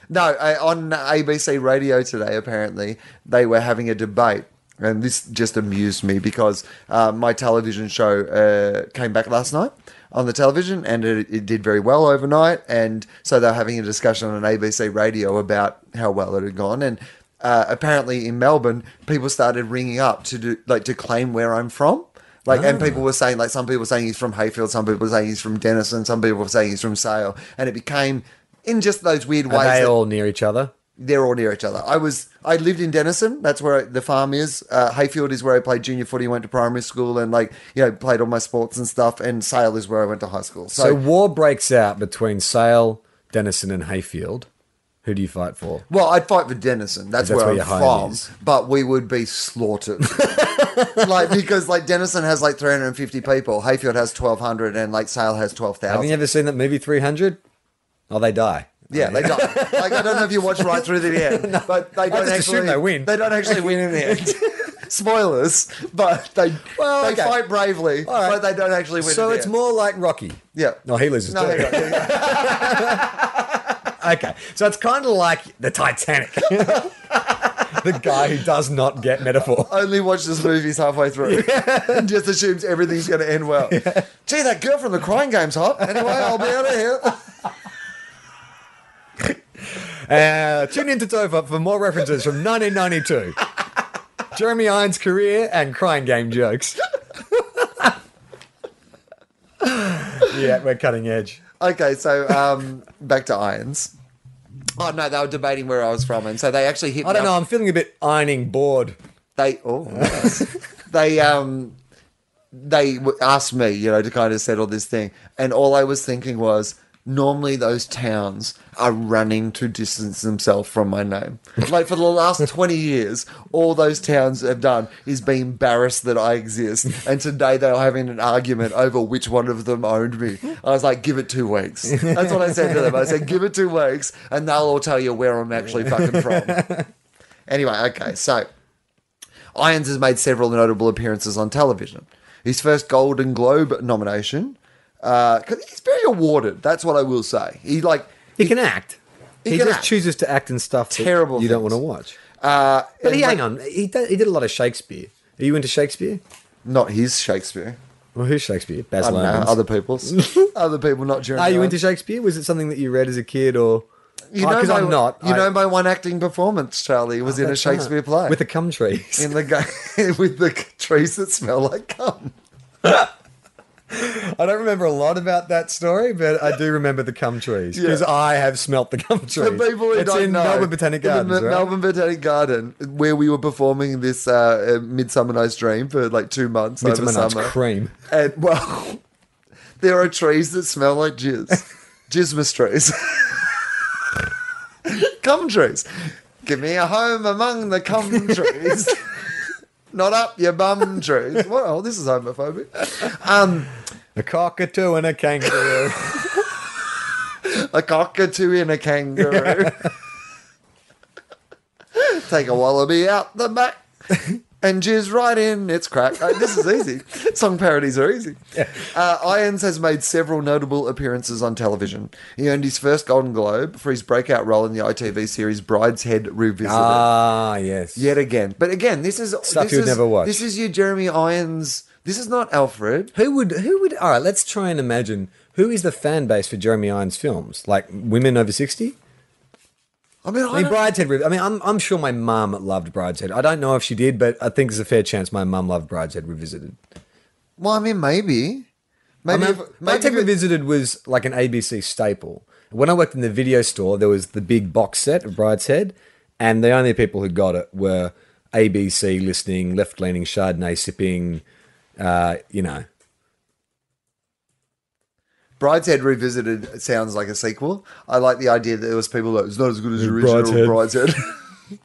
No, I, on ABC radio today, apparently, they were having a debate. And this just amused me because uh, my television show uh, came back last night on the television and it, it did very well overnight. And so they were having a discussion on ABC radio about how well it had gone. And uh, apparently in Melbourne, people started ringing up to do, like to claim where I'm from. Like, and
Ah.
people were saying, like, some people were saying he's from Hayfield, some people were saying he's from Denison, some people were saying he's from Sale. And it became in just those weird ways.
Are they
that-
all near each other?
they're all near each other. I was I lived in Denison. That's where I, the farm is. Uh, Hayfield is where I played junior footy, went to primary school, and like you know played all my sports and stuff. And Sale is where I went to high school. So,
So war breaks out between Sale, Denison, and Hayfield. Who do you fight for?
well, I'd fight for Denison. That's,
That's
where,
where
I'm
your home
from.
is.
But we would be slaughtered, like because like Denison has like 350 people, Hayfield has 1,200, and like Sale has
Have
12,000.
you ever seen that movie Three Hundred? Oh, they die.
Yeah, they don't. Like I don't know if you watch right through to the end, but they don't
just assume
actually
they win.
They don't actually win in the end. Spoilers, but they
Well,
they
okay.
fight bravely,
All right.
but they don't actually win.
So
in the
it's
end.
more like Rocky.
Yeah.
No, he loses.
No,
too.
hang on, hang on.
Okay, so it's kind of like the Titanic. the guy who does not get metaphor.
I only watches movies halfway through and just assumes everything's going to end well. Gee, that girl from the Crying Game's hot. Anyway, I'll be out of here.
Uh, tune in to Tova for more references from 1992. Jeremy Irons' career and crying game jokes. yeah, we're cutting edge.
Okay, so um, back to irons. Oh no, they were debating where I was from, and so they actually hit.
I don't
me
know.
up-
I'm feeling a bit ironing bored.
They oh, nice. they um, they w- asked me, you know, to kind of settle this thing, and all I was thinking was. Normally, those towns are running to distance themselves from my name. Like for the last 20 years, all those towns have done is be embarrassed that I exist. And today they were having an argument over which one of them owned me. I was like, give it two weeks. That's what I said to them. I said, give it two weeks, and they'll all tell you where I'm actually fucking from. Anyway, okay, so Irons has made several notable appearances on television. His first Golden Globe nomination, because he's very awarded. That's what I will say. He like
He can act.
He
He,
can
just
act.
chooses to act in stuff that
Terrible
you don't
things.
want to watch.
uh,
But he,
and-
hang on, he did, he did a lot of Shakespeare. Are you into Shakespeare?
not his Shakespeare.
Well, who's Shakespeare? Baz
I don't know,
Luhrmann.
other people's, other people, not Jeremy.
Are you
Irons.
into Shakespeare? Was it something that you read as a kid or?
You
Oh,
know,
'cause
my,
I'm not.
You
I- Oh,
know, my one acting performance, Charlie, was in a
That's right.
Shakespeare play
with the cum trees.
in the gu- with the trees that smell like cum.
I don't remember a lot about that story, but I do remember the cum trees because
Yeah.
I have smelt the cum trees.
For people who
it's
don't
in
know,
Melbourne Botanic
in the
Gardens,
Mel-
right?
Melbourne Botanic Garden, where we were performing this uh, uh, Midsummer Night's Dream for like two months
Midsummer
over
Night's
summer.
Cream.
And well, there are trees that smell like jizz, jismus trees, cum trees. Give me a home among the cum trees. Not up your bum trees. Well, this is homophobic.
A cockatoo and a kangaroo.
a cockatoo and a kangaroo. Take a wallaby out the back and jizz right in its crack. Uh, this is easy. Song parodies are easy. Uh, Irons has made several notable appearances on television. He earned his first Golden Globe for his breakout role in the ITV series Bride's Head Revisited.
ah, yes.
Yet again. But again, this is
Stuff
this
you'd
is-
never watch.
This is your Jeremy Irons. This is not Alfred.
Who would? Who would? All right, let's try and imagine who is the fan base for Jeremy Irons films? Like women over sixty?
I mean,
I
I
mean,
don't,
Brideshead. Rev- I mean, I'm I'm sure my mum loved Brideshead. I don't know if she did, but I think there's a fair chance my mum loved Brideshead Revisited.
well, I mean, maybe. Maybe,
I
if,
mean,
maybe
Maytag
if it-
Revisited was like an ABC staple. When I worked in the video store, there was the big box set of Bride's Head, and the only people who got it were ABC listening, left leaning, Chardonnay sipping, uh, you know.
Bride's Head Revisited sounds like a sequel. I like the idea that there was people that it's not as good as the original
Bride's Head."
Bride's Head.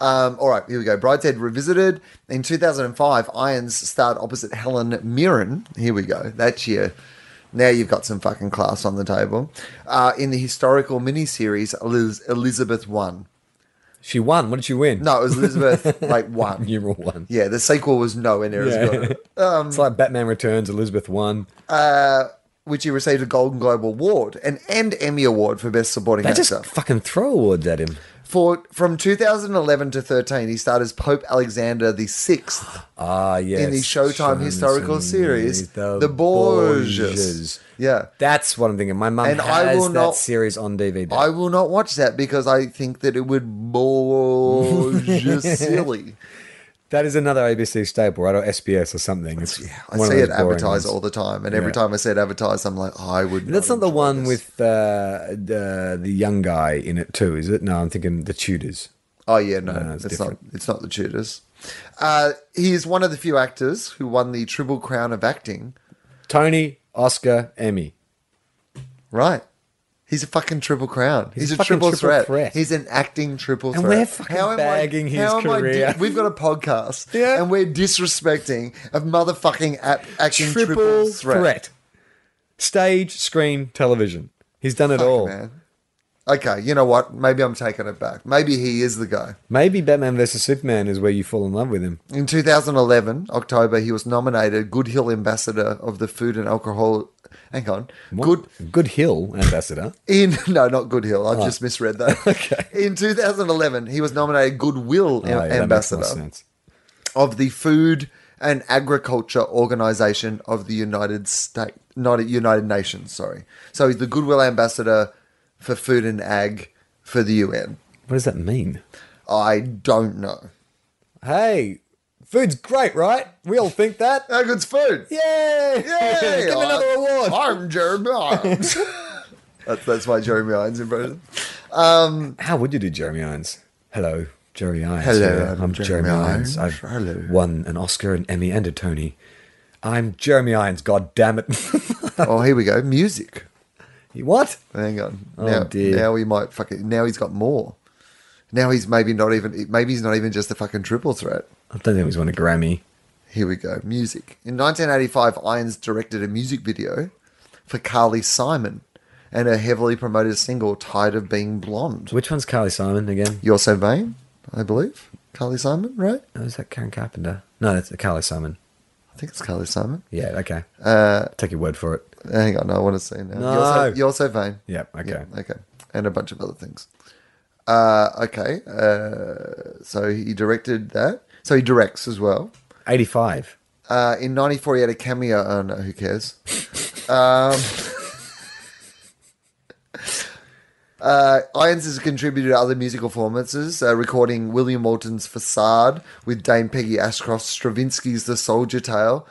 um, all right, here we go. Bride's Head Revisited. In 2005, Irons starred opposite Helen Mirren. Here we go. That's your. Now you've got some fucking class on the table. Uh, in the historical miniseries Eliz- Elizabeth One.
She won. What did she win?
No, it was Elizabeth like One.
Numeral one.
Yeah, the sequel was nowhere near as good. Um,
it's like Batman Returns, Elizabeth won.
Which he received a Golden Globe Award and, and Emmy Award for Best Supporting
They
Actor.
just fucking throw awards at him.
For from 2011 to 13, he starred as Pope Alexander VI Sixth
Ah, yes.
in the Showtime
Shines
historical
in
series, The,
the
Borgias.
Borgias.
Yeah,
That's what I'm thinking. My mum
And
has
I will
that
not-
series on DVD.
I will not watch that because I think that it would bore you silly.
That is another ABC staple, right? Or SBS or something. It's
I
one of
see
those
it
boring
advertised
ones.
all the time, and every
Yeah.
time I see it advertised, I'm like, I would.
That's not the
enjoy
one
this.
with uh, the the young guy in it too, is it? No, I'm thinking the Tudors.
Oh yeah, no,
no,
it's,
it's
not. It's not the Tudors. Uh, he is one of the few actors who won the Triple Crown of Acting.
Tony, Oscar, Emmy.
Right. He's a fucking triple crown.
He's
He's, a
a fucking
triple,
triple
threat.
threat.
He's an acting triple
And
threat.
we're fucking bagging his
am I
career.
di- we've got a podcast,
Yeah.
and we're disrespecting a motherfucking ap- acting triple, threat.
Stage, screen, television. He's done it
Fuck,
all.
man. Okay, you know what? Maybe I'm taking it back. Maybe he is the guy.
Maybe Batman vs Superman is where you fall in love with him.
In 2011, October, he was nominated Good Hill Ambassador of the Food and Alcohol. Hang on, Good
Good Hill ambassador.
In no, not Good Hill. I've just misread that. okay. In 2011, he was nominated Goodwill
Oh, yeah, that makes more
Ambassador
sense.
of the Food and Agriculture Organization of the United States, not United Nations. Sorry. So he's the Goodwill Ambassador for Food and Ag for the UN.
What does that mean?
I don't know.
Hey, Food's great, right? We all think that.
How good's food?
Yay!
Yay!
Give me another award.
I'm Jeremy Irons. that's, that's my Jeremy Irons impression.
How would you do Jeremy Irons? Hello, Jeremy Irons.
Hello,
here.
I'm
I'm,
Jeremy
Jeremy, Irons.
Irons.
I've
Hello.
won an Oscar, an Emmy, and a Tony. I'm Jeremy Irons. God damn it!
Oh, here we go. Music.
You what?
Hang on.
Oh,
now,
dear.
Now he might fucking. Now he's got more. Now he's maybe not even. Maybe he's not even just a fucking triple threat.
I don't think he's won a Grammy.
Here we go. Music. In 1985, Irons directed a music video for Carly Simon and her heavily promoted single "Tired of Being Blonde."
Which one's Carly Simon again?
You're so vain, I believe. Carly Simon, right?
Oh, is that Karen Carpenter? No, that's Carly Simon.
I think it's Carly Simon.
Yeah, okay. Take your word for it.
Hang on, I want to see now.
No.
You're, so, you're so vain.
Yeah, okay.
Yeah, okay. And a bunch of other things. Uh, okay. Uh, so he directed that. So he directs as well.
85.
Uh, in 94, he had a cameo. Oh, no, who cares? um, uh, Irons has contributed to other musical performances, uh, recording William Walton's Facade with Dame Peggy Ashcroft, Stravinsky's The Soldier Tale.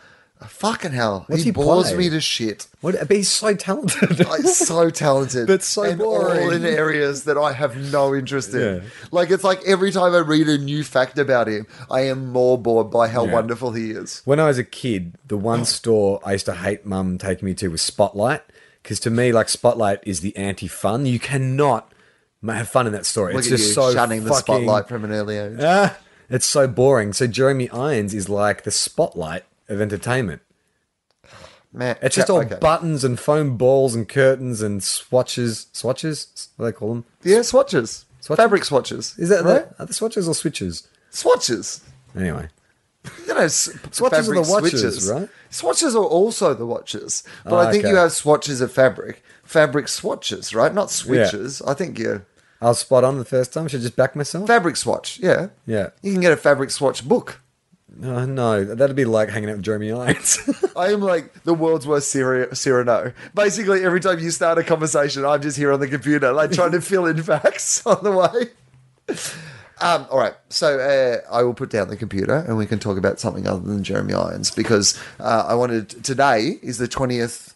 Fucking hell.
What's he
bores
played?
me to shit.
What? But he's so talented.
like so talented,
But so
and all
boring.
in areas that I have no interest in.
Yeah.
Like it's like every time I read a new fact about him, I am more bored by how
Yeah.
wonderful he is.
When I was a kid, the one store I used to hate mum taking me to was Spotlight. Because to me, like, Spotlight is the anti fun. You cannot ma- have fun in that story.
Look
it's
at
just
you
so
shunning
fucking,
the spotlight from an early age.
Ah, it's so boring. So Jeremy Irons is like the spotlight of entertainment.
Man,
It's just
yeah,
all
okay.
buttons and foam balls and curtains and swatches. Swatches? S- What do they call them?
yeah, swatches,
Swatches?
fabric swatches.
Is that
right?
the, are the swatches or switches?
Swatches.
Anyway.
You know, s-
Swatches are
fabric
the watches,
switches.
right?
Swatches are also the watches, but
Ah,
I think
okay.
you have swatches of fabric, fabric swatches, right? Not switches. I think you
I was spot on the first time. Should I just back myself?
fabric swatch. Yeah,
Yeah.
You can get a fabric swatch book.
Oh, no, that'd be like hanging out with Jeremy Irons.
I am like the world's worst Cyrano. Cyrano. Basically, every time you start a conversation, I'm just here on the computer, like trying to fill in facts on the way. Um, all right, so uh, I will put down the computer and we can talk about something other than Jeremy Irons because uh, I wanted today is the 20th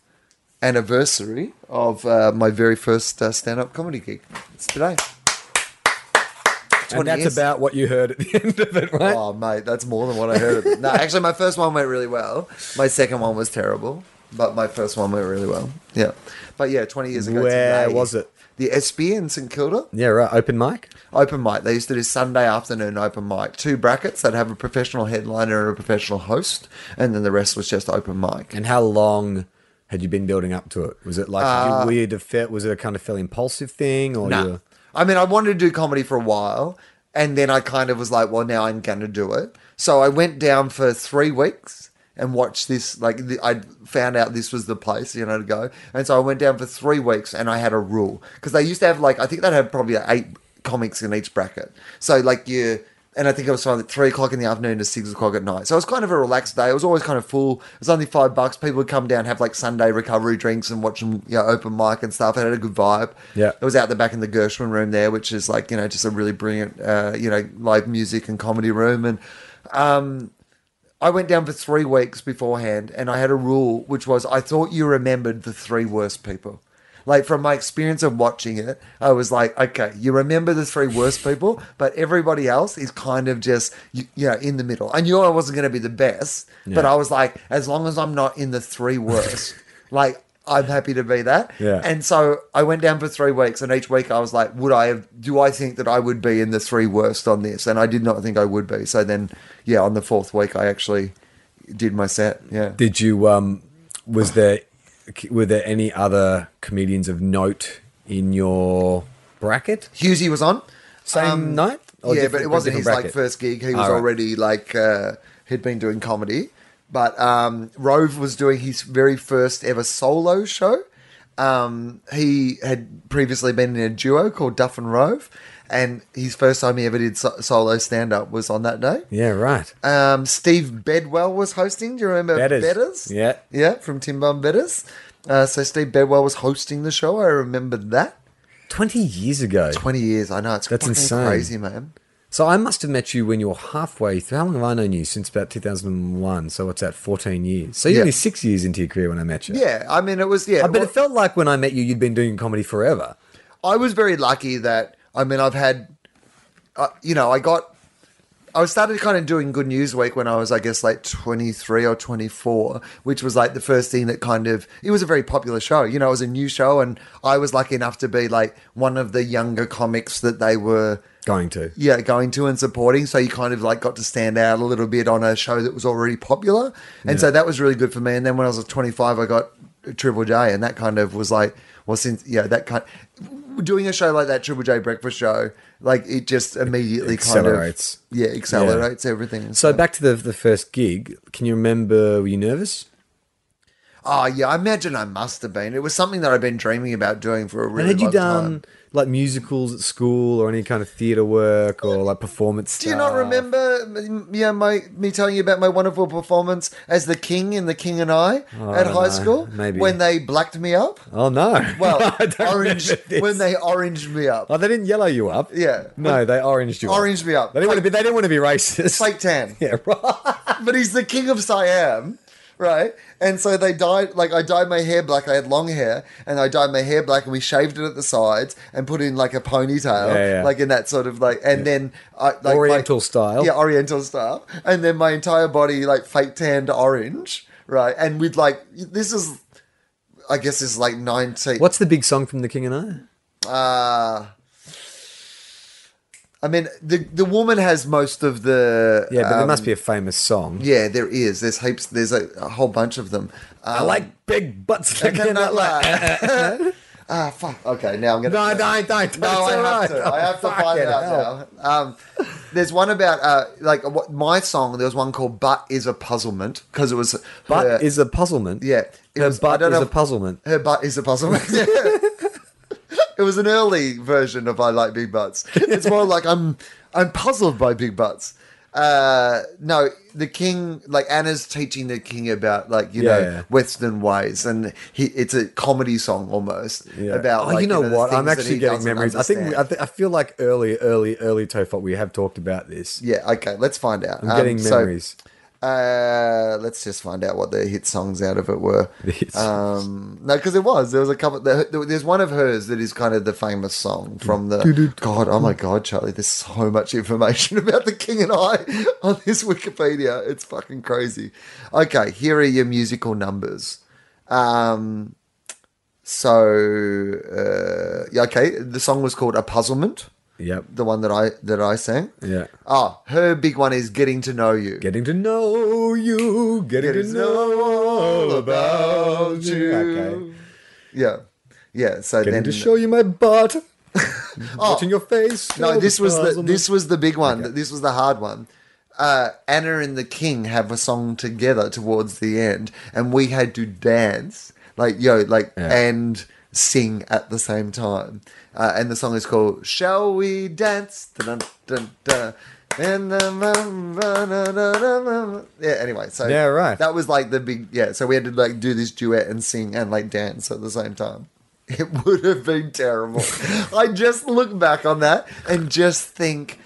anniversary of uh, my very first uh, stand up comedy gig. It's today.
and
20
that's
years.
about what you heard at the end of it, right?
Oh, mate, that's more than what I heard of it. No, actually, my first one went really well. My second one was terrible, but my first one went really well. Yeah. But yeah, 20 years ago.
Where
today,
was it?
The SB in St Kilda.
Yeah, right. Open mic.
Open mic. They used to do Sunday afternoon open mic. Two brackets. They'd have a professional headliner and a professional host, and then the rest was just open mic.
And how long had you been building up to it? Was it like did you weird? Effect? Was it a kind of fairly impulsive thing, or
Uh, Nah.
you were-
I mean, I wanted to do comedy for a while, and then I kind of was like, well, now I'm going to do it. So I went down for three weeks and watched this. Like, the, I found out this was the place, you know, to go. And so I went down for three weeks, and I had a rule because they used to have like I think they had probably like eight comics in each bracket. So like you. And I think I was fine at three o'clock in the afternoon to six o'clock at night. So it was kind of a relaxed day. It was always kind of full. It was only five bucks. People would come down, have like Sunday recovery drinks and watch them, you know, open mic and stuff. It had a good vibe.
Yeah.
It was out the back in the Gershwin room there, which is like, you know, just a really brilliant, uh, you know, live music and comedy room. And um, I went down for three weeks beforehand and I had a rule, which was I thought you remembered the three worst people. Like from my experience of watching it, I was like, okay, you remember the three worst people, but everybody else is kind of just, you, you know, in the middle. I knew I wasn't going to be the best, but
Yeah.
I was like, as long as I'm not in the three worst, like I'm happy to be that.
Yeah.
And so I went down for three weeks, and each week I was like, "Would I have? Do I think that I would be in the three worst on this?" And I did not think I would be. So then, yeah, on the fourth week, I actually did my set. Yeah,
did you? Um, was there were there any other comedians of note in your bracket?
Husey was on.
Same
Um,
night? Or
yeah, but
different-
it wasn't his
different
like
bracket?
first gig. He was
All right.
already like uh, he'd been doing comedy, but um, Rove was doing his very first ever solo show. Um, he had previously been in a duo called Duff and Rove, and his first time he ever did so- solo stand up was on that day.
Yeah, right.
Um, Steve Bedwell was hosting. Do you remember
Bedders.
Bedders?
Yeah.
yeah, from Tim Bum Bedders. Uh, so Steve Bedwell was hosting the show. I remember that.
Twenty years ago.
Twenty years, I know it's
That's
fucking
insane.
crazy, man.
So I must have met you when you were halfway through. How long have I known you? Since about 2001. So what's that, 14 years? So you're
Yeah.
only six years into your career when I met you.
Yeah, I mean, it was, yeah.
I bet
well-
it felt like when I met you, you'd been doing comedy forever.
I was very lucky that I mean I've had, uh, you know, I got, I started kind of doing Good News Week when I was I guess like twenty three or twenty four, which was like the first thing that kind of it was a very popular show. You know, it was a new show, and I was lucky enough to be like one of the younger comics that they were
Going to.
yeah, going to and supporting. So you kind of like got to stand out a little bit on a show that was already popular. And so that was really good for me. And then when I was 25, I got Triple J, and that kind of was like, well, since, yeah, that kind doing a show like that Triple J breakfast show, like it just immediately kind
accelerates.
of, yeah, accelerates everything.
So back to the, the first gig. Can you remember? Were you nervous?
oh, yeah, I imagine I must have been. It was something that I've been dreaming about doing for a really
and had you
long time.
done like musicals at school or any kind of theatre work or like performance
Do you not
stuff?
remember? m- Yeah, my me telling you about my wonderful performance as the king in The King and I at
Oh, I
high
dunno.
school
Maybe.
when they blacked me up.
Oh, no.
Well,
I don't
orange
remember this.
when they oranged me up,
Oh, they didn't yellow you up.
Yeah.
No, they oranged you
Oranged
up.
me up.
They didn't want to be. They didn't want to be racist.
fake tan.
yeah, right.
But he's the king of Siam, right? And so they dyed like I dyed my hair black. I had long hair, and I dyed my hair black, and we shaved it at the sides and put in like a ponytail,
Yeah, yeah.
like in that sort of like. And then I, like, my-
Oriental style.
yeah, Oriental style, and then my entire body like fake tanned orange, right? And with like this is, I guess this is like nineteen.
What's the big song from The King and I?
Uh, I mean, the the woman has most of the
Yeah, but there
um,
must be a famous song.
yeah, there is. There's heaps. There's a, a whole bunch of them. Um,
I like big butts.
I cannot
like.
lie. ah, fuck. Okay, now I'm gonna.
No, don't, don't.
No, I
it's all
have
right. Oh,
to. I have to
Fucking
find
hell.
out now. Um, there's one about uh, like what, my song. There was one called "Butt Is a Puzzlement" because it was
Butt
her-
is a puzzlement.
yeah. It
Her
was, I
butt
don't
is
know
a
if-
puzzlement.
Her butt is a puzzlement. Yeah. it was an early version of I like big butts. It's more like I'm I'm puzzled by big butts. Uh, no, the king like Anna's teaching the king about like you
Yeah,
know
yeah.
Western ways, and he it's a comedy song almost
Yeah.
about.
Oh,
like,
you know
the
what? I'm
things that
actually
he
getting
doesn't
memories. I think we, I,
understand.
th- I feel like early, early, early Tofop. We have talked about this.
yeah. Okay, let's find out.
I'm
Um,
getting
so,
memories.
uh, let's just find out what the hit songs out of it were.
The hit songs.
Um, no, because it was. There was a couple. There, there's one of hers that is kind of the famous song from the. God, oh my God, Charlie! There's so much information about the King and I on this Wikipedia. It's fucking crazy. Okay, here are your musical numbers. Um, so uh, yeah, okay, the song was called "A Puzzlement,"
Yep.
the one that I that I sang.
Yeah.
Oh, her big one is "Getting to Know You."
Getting to know you, getting, to know all about you. Okay.
Yeah. Yeah, so
Getting
then
to show you my butt. Watching your face.
No,
all
this was
stars
the
on
this was the big one. This was the hard one. Uh, Anna and the King have a song together towards the end, and we had to dance like yo, like
Yeah.
and sing at the same time. Uh, and the song is called "Shall We Dance?" Dun, dun, dun, dun. And the mum, ba, na, na, na, na, na. Yeah. Anyway, so
Yeah, right.
That was like the big yeah. So we had to like do this duet and sing and like dance at the same time. It would have been terrible. I just look back on that and just think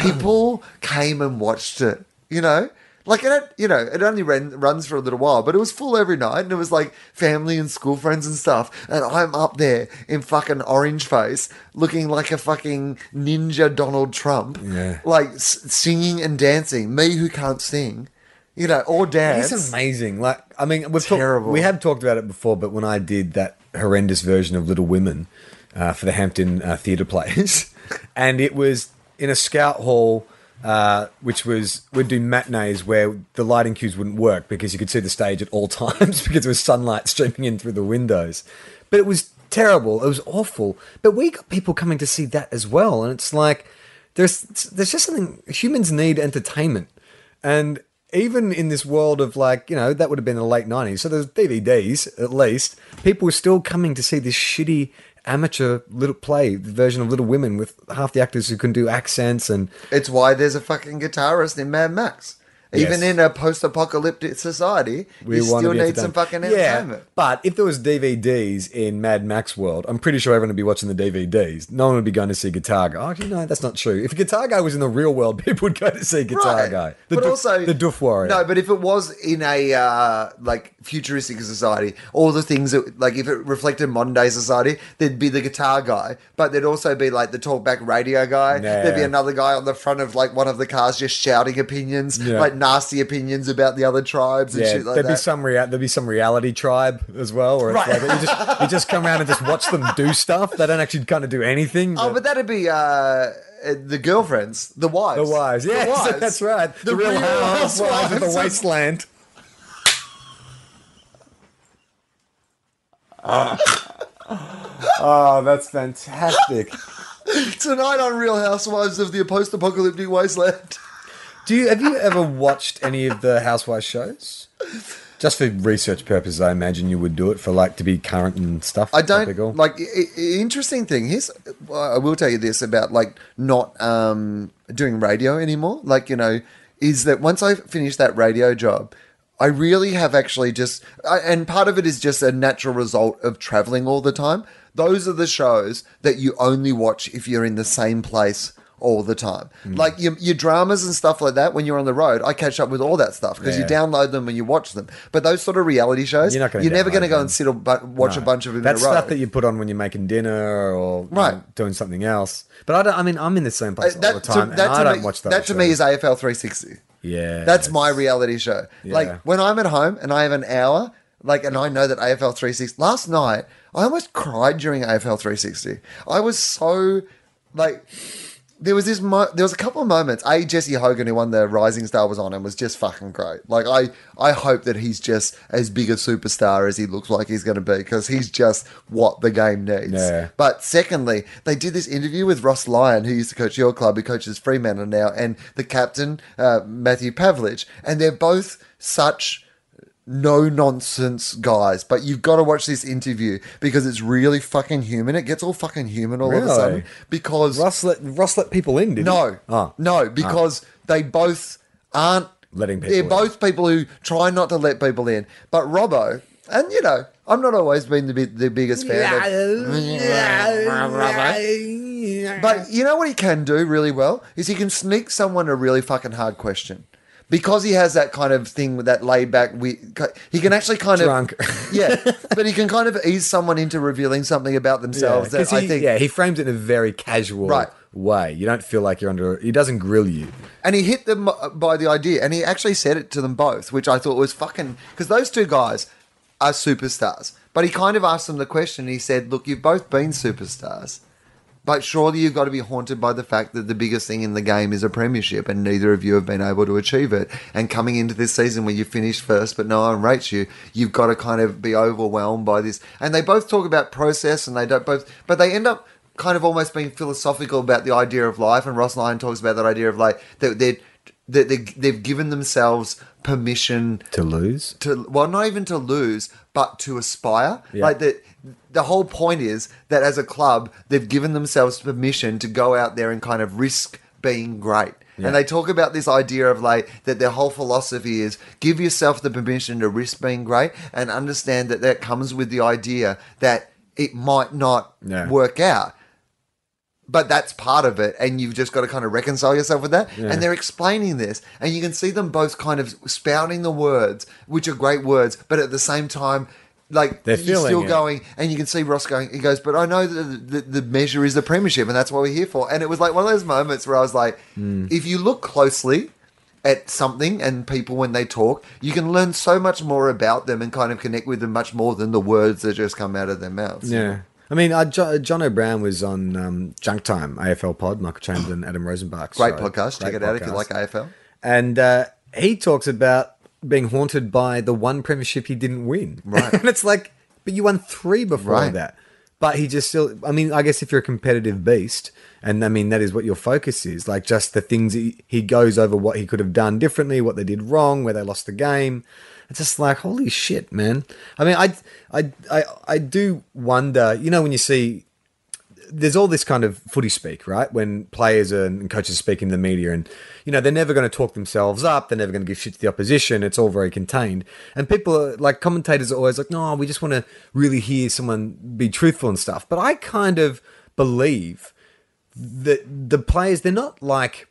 people came and watched it, you know? Like, it, had- you know, it only ran, runs for a little while, but it was full every night and it was like family and school friends and stuff. And I'm up there in fucking orange face looking like a fucking ninja Donald Trump.
Yeah.
Like s- singing and dancing. Me who can't sing, you know, or dance.
It's amazing. Like, I mean, we've talked-
Terrible.
we have talked about it before, but when I did that horrendous version of Little Women uh, for the Hampton uh, Theatre Plays, and it was in a scout hall, uh, which was we'd do matinees where the lighting cues wouldn't work because you could see the stage at all times because there was sunlight streaming in through the windows. But it was terrible. It was awful. But we got people coming to see that as well, and it's like there's there's just something humans need entertainment. And even in this world of like, you know, that would have been in the late 90s. So there's DVDs, at least. People were still coming to see this shitty amateur little play version of Little Women with half the actors who can do accents and
It's why there's a fucking guitarist in Mad Max. Even
Yes.
in a post-apocalyptic society,
We
you
want
still
to be
need
entertained.
some fucking
yeah.
entertainment.
But if there was DVDs in Mad Max world, I'm pretty sure everyone would be watching the DVDs. No one would be going to see Guitar Guy. Actually, no, that's not true. If Guitar Guy was in the real world, people would go to see Guitar
Right.
Guy. The
but
Doof-
also
the Doof Warrior.
No, but if it was in a uh, like futuristic society, all the things that like if it reflected modern day society, there'd be the guitar guy, but there'd also be like the talkback radio guy. There'd be
Nah.
another guy on the front of like one of the cars just shouting opinions,
Yeah.
like nasty opinions about the other tribes and
yeah,
shit like
there'd
that.
be some rea- there'd be some reality tribe as well, or
Right.
it's like you just you just come around and just watch them do stuff. They don't actually kind of do anything.
Oh, but that'd be uh, uh, the girlfriends, the wives,
the wives,
The
yeah,
wives.
that's right. The, real, housewives of the wasteland. oh, Ah. that's fantastic.
Tonight on Real Housewives of the Post-Apocalyptic Wasteland.
Do you have you ever watched any of the housewives shows? Just for research purposes, I imagine you would do it for like to be current and stuff.
I don't
topical.
like i- i- interesting thing. Here's I will tell you this about like not um, doing radio anymore. Like you know, is that once I finish that radio job, I really have actually just I, and part of it is just a natural result of traveling all the time. Those are the shows that you only watch if you're in the same place all the time.
Hmm.
Like your, your dramas and stuff like that. When you're on the road, I catch up with all that stuff because you
Yeah.
download them and you watch them. But those sort of reality shows,
You're
you're,
not gonna
never
download
going to go
them.
and sit and bu- watch a
No.
bunch of them.
That's
in a row.
stuff that you put on when you're making dinner or you
Right.
know, doing something else. But I don't. I mean, I'm in the same place
Uh, that
all the time,
to, that
and I
to
don't
me,
watch
that.
that.
to me is AFL 360.
yeah.
That's my reality show.
Yeah.
Like when I'm at home and I have an hour, like, and I know that AFL 360. Last night, I almost cried during AFL 360. I was so like. There was this. Mo- there was a couple of moments. A Jesse Hogan, who won the Rising Star, was on and was just fucking great. Like I, I hope that he's just as big a superstar as he looks like he's going to be because he's just what the game needs.
Yeah.
But secondly, they did this interview with Ross Lyon, who used to coach your club, who coaches Fremantle now, and the captain, uh, Matthew Pavlich. And they're both such no nonsense guys. But you've got to watch this interview because it's really fucking human. It gets all fucking human all of a
Really?
sudden because.
Ross let Ross let people in, didn't
No,
he? Oh.
no, because they both aren't
Letting people
They're
in.
both people who try not to let people in. But Robbo, and you know, I'm not always been the, bi- the biggest fan. Of, but you know what he can do really well is he can sneak someone a really fucking hard question. Because he has that kind of thing with that laid back, we he can actually kind
Drunk.
of yeah, but he can kind of ease someone into revealing something about themselves
Yeah, 'cause
that I
he-
think
yeah, he frames it in a very casual
Right.
way. You don't feel like you're under. He doesn't grill you.
And he hit them uh, by the idea, and he actually said it to them both, which I thought was fucking because those two guys are superstars. But he kind of asked them the question. He said, "Look, you've both been superstars, but surely you've got to be haunted by the fact that the biggest thing in the game is a premiership, and neither of you have been able to achieve it. And coming into this season where you finished first, but no one rates you, you've got to kind of be overwhelmed by this." And they both talk about process, and they don't both, but they end up kind of almost being philosophical about the idea of life, and Ross Lyon talks about that idea of like that they that they they've given themselves permission
To lose,
to well, not even to lose, but to aspire.
Yeah.
Like that. The whole point is that as a club, they've given themselves permission to go out there and kind of risk being great.
Yeah.
And they talk about this idea of like that their whole philosophy is give yourself the permission to risk being great and understand that that comes with the idea that it might not
Yeah.
work out but that's part of it and you've just got to kind of reconcile yourself with that and they're explaining this and you can see them both kind of spouting the words which are great words but at the same time like
They're
you're
feeling
still
it.
going and you can see ross going he goes but i know that the, the, the measure is the premiership and that's what we're here for and it was like one of those moments where i was like
Hmm.
if you look closely at something and people when they talk you can learn so much more about them and kind of connect with them much more than the words that just come out of their mouths
Yeah. I mean, uh, jo- John O'Brien was on um, Junk Time, AFL Pod, Michael Chamberlain, Adam Rosenbach.
great podcast check it out if you like afl
And uh, he talks about being haunted by the one premiership he didn't win.
Right.
and it's like, but you won three before
Right.
that. But he just still, I mean, I guess if you're a competitive beast, and I mean, that is what your focus is like just the things he, he goes over what he could have done differently, what they did wrong, where they lost the game. It's just like, holy shit, man. I mean, I, I, I, I do wonder, you know, when you see there's all this kind of footy speak, right? When players and coaches speak in the media, and you know they're never going to talk themselves up. They're never going to give shit to the opposition. It's all very contained. And people are, like commentators are always like, "No, we just want to really hear someone be truthful and stuff." But I kind of believe that the players they're not like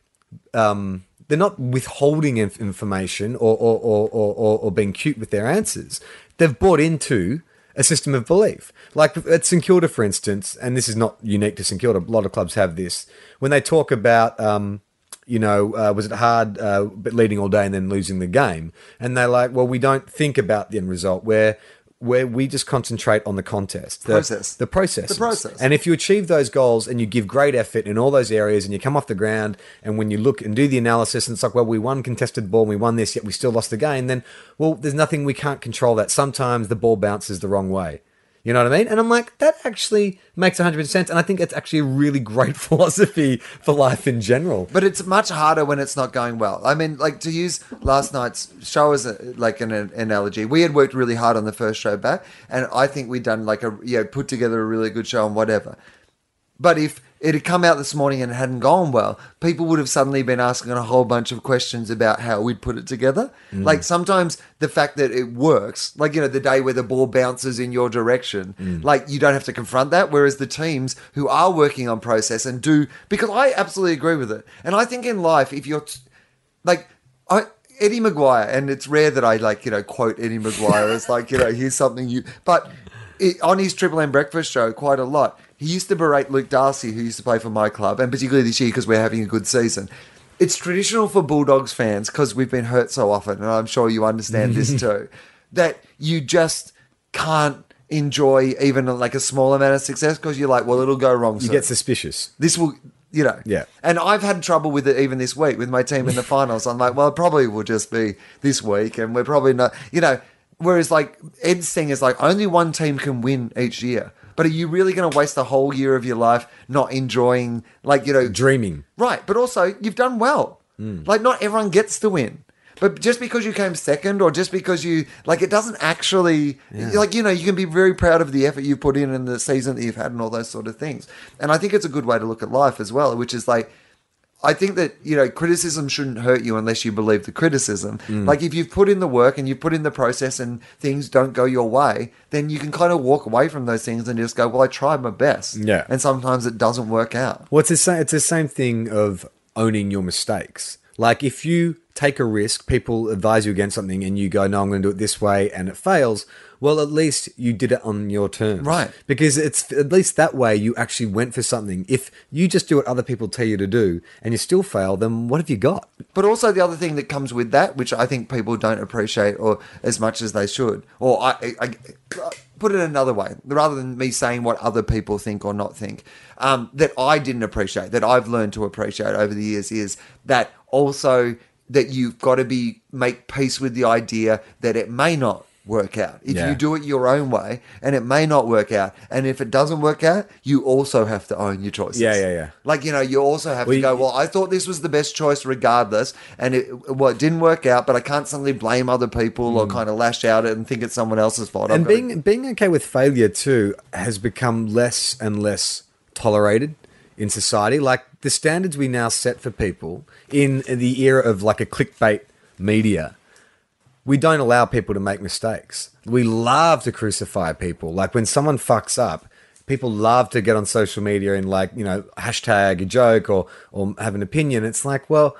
um, they're not withholding inf- information or or, or, or, or or being cute with their answers. They've bought into a system of belief. Like at St Kilda, for instance, and this is not unique to St Kilda. A lot of clubs have this when they talk about. Um, you know, uh, was it hard, uh, but leading all day and then losing the game? And they're like, well, we don't think about the end result. Where, where we just concentrate on the contest, the
Process.
the process,
The process.
And if you achieve those goals and you give great effort in all those areas, and you come off the ground, and when you look and do the analysis, and it's like, well, we won contested ball, and we won this, yet we still lost the game. Then, well, there's nothing we can't control. That sometimes the ball bounces the wrong way. You know what I mean? And I'm like, that actually makes 100% sense. And I think it's actually a really great philosophy for life in general.
But it's much harder when it's not going well. I mean, like to use last night's show as a, like an, an analogy, we had worked really hard on the first show back, and I think we'd done like a you know put together a really good show and whatever. But if it had come out this morning and it hadn't gone well, people would have suddenly been asking a whole bunch of questions about how we'd put it together. Like sometimes the fact that it works, like, you know, the day where the ball bounces in your direction, like you don't have to confront that. Whereas the teams who are working on process and do, because I absolutely agree with it. And I think in life, if you're. T- like I, Eddie Maguire, and it's rare that I like you know quote Eddie Maguire as like you know here's something you, but it, on his Triple M Breakfast show quite a lot. He used to berate Luke Darcy, who used to play for my club, and particularly this year because we're having a good season. It's traditional for Bulldogs fans because we've been hurt so often, and I'm sure you understand this too, that you just can't enjoy even like a small amount of success because you're like, well, it'll go wrong.
You
soon
get suspicious.
this will you know
Yeah.
and i've had trouble with it even this week with my team in the finals i'm like well it probably will just be this week and we're probably not you know whereas like ed's thing is like only one team can win each year but are you really going to waste the whole year of your life not enjoying like you know
Dreaming.
Right, but also you've done well. Like not everyone gets to win. But just because you came second or just because you like it doesn't actually like you know, you can be very proud of the effort you put in and the season that you've had and all those sort of things. And I think it's a good way to look at life as well, which is like I think that you know criticism shouldn't hurt you unless you believe the criticism. Like if you've put in the work and you've put in the process and things don't go your way, then you can kind of walk away from those things and just go, "Well, I tried my best."
Yeah.
And sometimes it doesn't work out.
Well, it's the same. It's the same thing of owning your mistakes. Like if you take a risk, people advise you against something, and you go, "No, I'm going to do it this way," and it fails. Well, at least you did it on your terms,
Right.
Because it's at least that way you actually went for something. If you just do what other people tell you to do and you still fail, then what have you got?
But also the other thing that comes with that, which I think people don't appreciate or as much as they should, or I, I, I- put it another way, rather than me saying what other people think or not think, um, that I didn't appreciate, that I've learned to appreciate over the years, is that also that you've got to be make peace with the idea that it may not work out if
Yeah.
you do it your own way and it may not work out and if it doesn't work out you also have to own your choices
Yeah, yeah, yeah.
like you know you also have
Well,
to
you-
go well I thought this was the best choice regardless, and it well it didn't work out. But I can't suddenly blame other people or kind of lash out at and think it's someone else's fault.
Hmm.
I've
and
got to-
being being okay with failure too has become less and less tolerated in society. Like the standards we now set for people in the era of like a clickbait media, we don't allow people to make mistakes. We love to crucify people. Like when someone fucks up, people love to get on social media and like you know hashtag a joke or or have an opinion. It's like well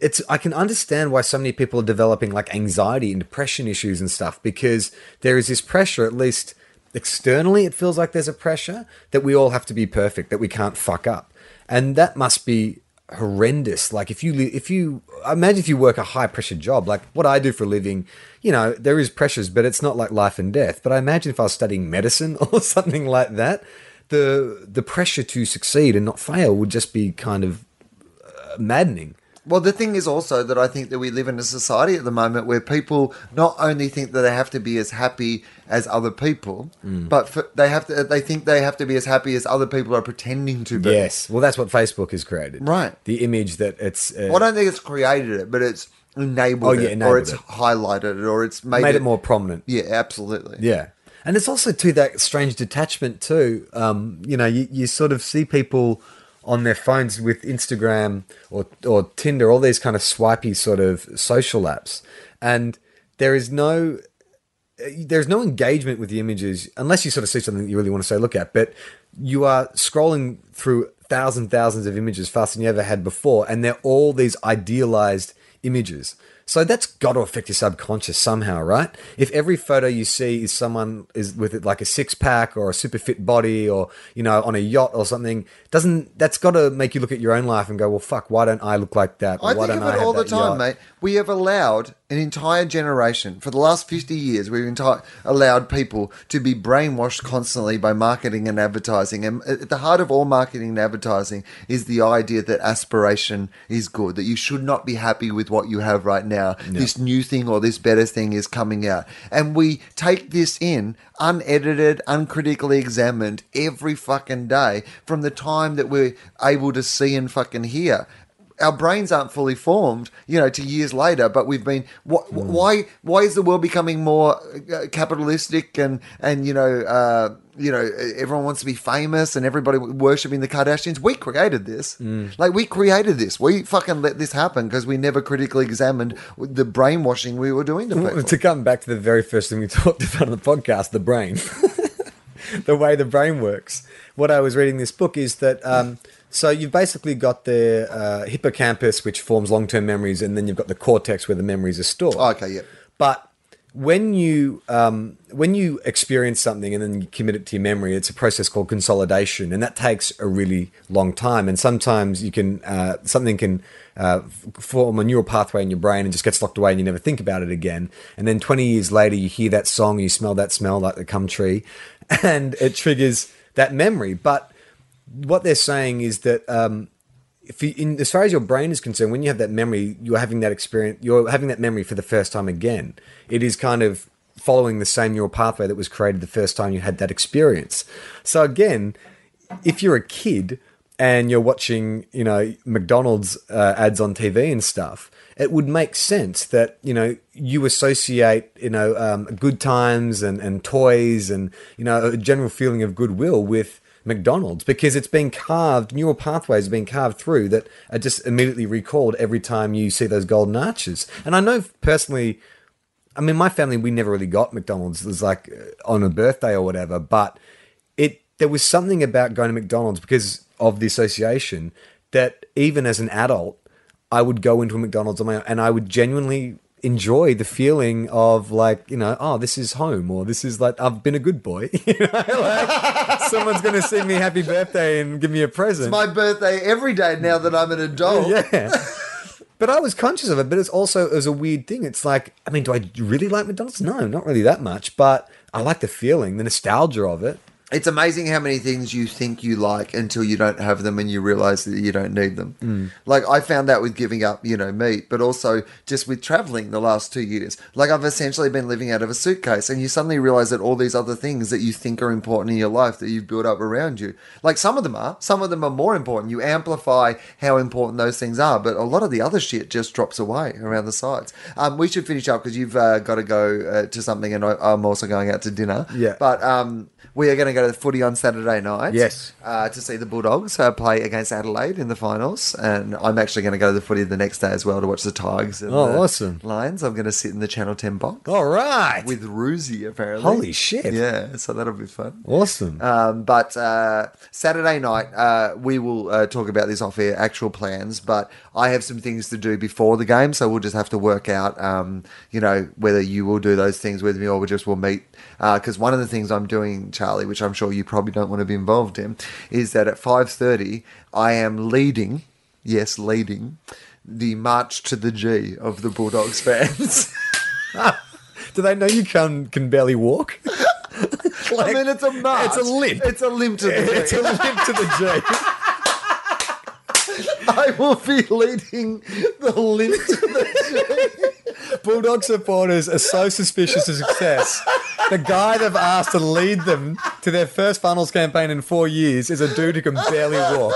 it's I can understand why so many people are developing like anxiety and depression issues and stuff because there is this pressure at least externally it feels like there's a pressure that we all have to be perfect that we can't fuck up and that must be horrendous like if you li- if you imagine if you work a high pressure job like what I do for a living you know there is pressures but it's not like life and death but I imagine if I was studying medicine or something like that the the pressure to succeed and not fail would just be kind of uh, maddening
Well, the thing is also that I think that we live in a society at the moment where people not only think that they have to be as happy as other people,
Hmm.
but for, they have to they think they have to be as happy as other people are pretending to be.
Yes. Well, that's what Facebook has created.
Right.
The image that it's uh,
Well, I don't think it's created it, but it's enabled
Oh, yeah,
it,
enabled
or it's
it.
highlighted it, or it's made,
made it more prominent.
Yeah, absolutely.
Yeah. And it's also to that strange detachment too. Um, you know, you, you sort of see people on their phones with Instagram or or Tinder, all these kind of swipey sort of social apps, and there is no there's no engagement with the images unless you sort of see something that you really want to say look at but you are scrolling through thousands thousands of images faster than you ever had before and they're all these idealized images so that's got to affect your subconscious somehow right if every photo you see is someone is with like a six pack or a super fit body or you know on a yacht or something doesn't that's got to make you look at your own life and go well fuck why don't i look like that Or
I
why
think of
don't
it
have
all the
that
time,
yacht?
mate. We have allowed an entire generation for the last 50 years, we've enti- allowed people to be brainwashed constantly by marketing and advertising. And at the heart of all marketing and advertising is the idea that aspiration is good, that you should not be happy with what you have right now. This new thing or this better thing is coming out. And we take this in unedited, uncritically examined every fucking day from the time that we're able to see and fucking hear our brains aren't fully formed, you know, to years later. But we've been wh-
Hmm.
wh- why why is the world becoming more uh, capitalistic and and you know uh, you know everyone wants to be famous and everybody worshiping the Kardashians? We created this,
Hmm.
like we created this. We fucking let this happen because we never critically examined the brainwashing we were doing to people.
Well, to come back to the very first thing we talked about on the podcast, the brain, the way the brain works. What I was reading this book is that um, so you've basically got the uh, hippocampus, which forms long-term memories, and then you've got the cortex where the memories are stored.
Okay, yep.
But when you um, when you experience something and then you commit it to your memory, it's a process called consolidation, and that takes a really long time. And sometimes you can uh, something can uh, f- form a neural pathway in your brain and just gets locked away, and you never think about it again. And then twenty years later, you hear that song, you smell that smell like the cum tree, and it triggers that memory. But what they're saying is that um, if you, in, as far as your brain is concerned, when you have that memory, you're having that experience. You're having that memory for the first time again. It is kind of following the same neural pathway that was created the first time you had that experience. So again, if you're a kid and you're watching, you know, McDonald's uh, ads on TV and stuff, it would make sense that you know you associate you know um, good times and and toys and you know a general feeling of goodwill with McDonald's because it's been carved, neural pathways have been carved through that are just immediately recalled every time you see those golden arches. And I know personally, I mean, my family, we never really got McDonald's. It was like uh, on a birthday or whatever, but it there was something about going to McDonald's because of the association that even as an adult, I would go into a McDonald's on my own and I would genuinely enjoy the feeling of like you know oh this is home or this is like I've been a good boy you know like someone's gonna sing me happy birthday and give me a present
My birthday every day now that I'm an adult.
yeah. But I was conscious of it, but it's also it was a weird thing. It's like, I mean, do I really like McDonald's? No, not really that much. But I like the feeling, the nostalgia of it.
It's amazing how many things you think you like until you don't have them and you realize that you don't need them. Like I found that with giving up, you know, meat, but also just with traveling the last two years. Like I've essentially been living out of a suitcase, and you suddenly realize that all these other things that you think are important in your life that you've built up around you, like some of them are, some of them are more important. You amplify how important those things are, but a lot of the other shit just drops away around the sides. Um, we should finish up because you've uh, got to go uh, to something, and I, I'm also going out to dinner.
Yeah.
but. But um, we are going to go to the footy on Saturday night.
Yes.
Uh, to see the Bulldogs uh, play against Adelaide in the finals. And I'm actually going to go to the footy the next day as well to watch the Tigers and
Oh,
the
awesome.
Lions. I'm going to sit in the Channel 10 box
All right.
with Roosie, apparently.
Holy shit.
Yeah, so that'll be fun.
Awesome.
Um, but uh, Saturday night, uh, we will uh, talk about this off air, actual plans. But I have some things to do before the game, so we'll just have to work out, um, you know, whether you will do those things with me or we just will meet. Because one of the things I'm doing, Charlie, which I'm sure you probably don't want to be involved in, is that at 5:30 I am leading, yes, leading, the march to the G of the Bulldogs fans.
do they know you can can barely walk?
I mean, it's a march.
It's a limp.
It's a limp to the G.
it's a limp to the G.
I will be leading the limp to the G.
Bulldog supporters are so suspicious of success. The guy they've asked to lead them to their first finals campaign in four years is a dude who can barely walk.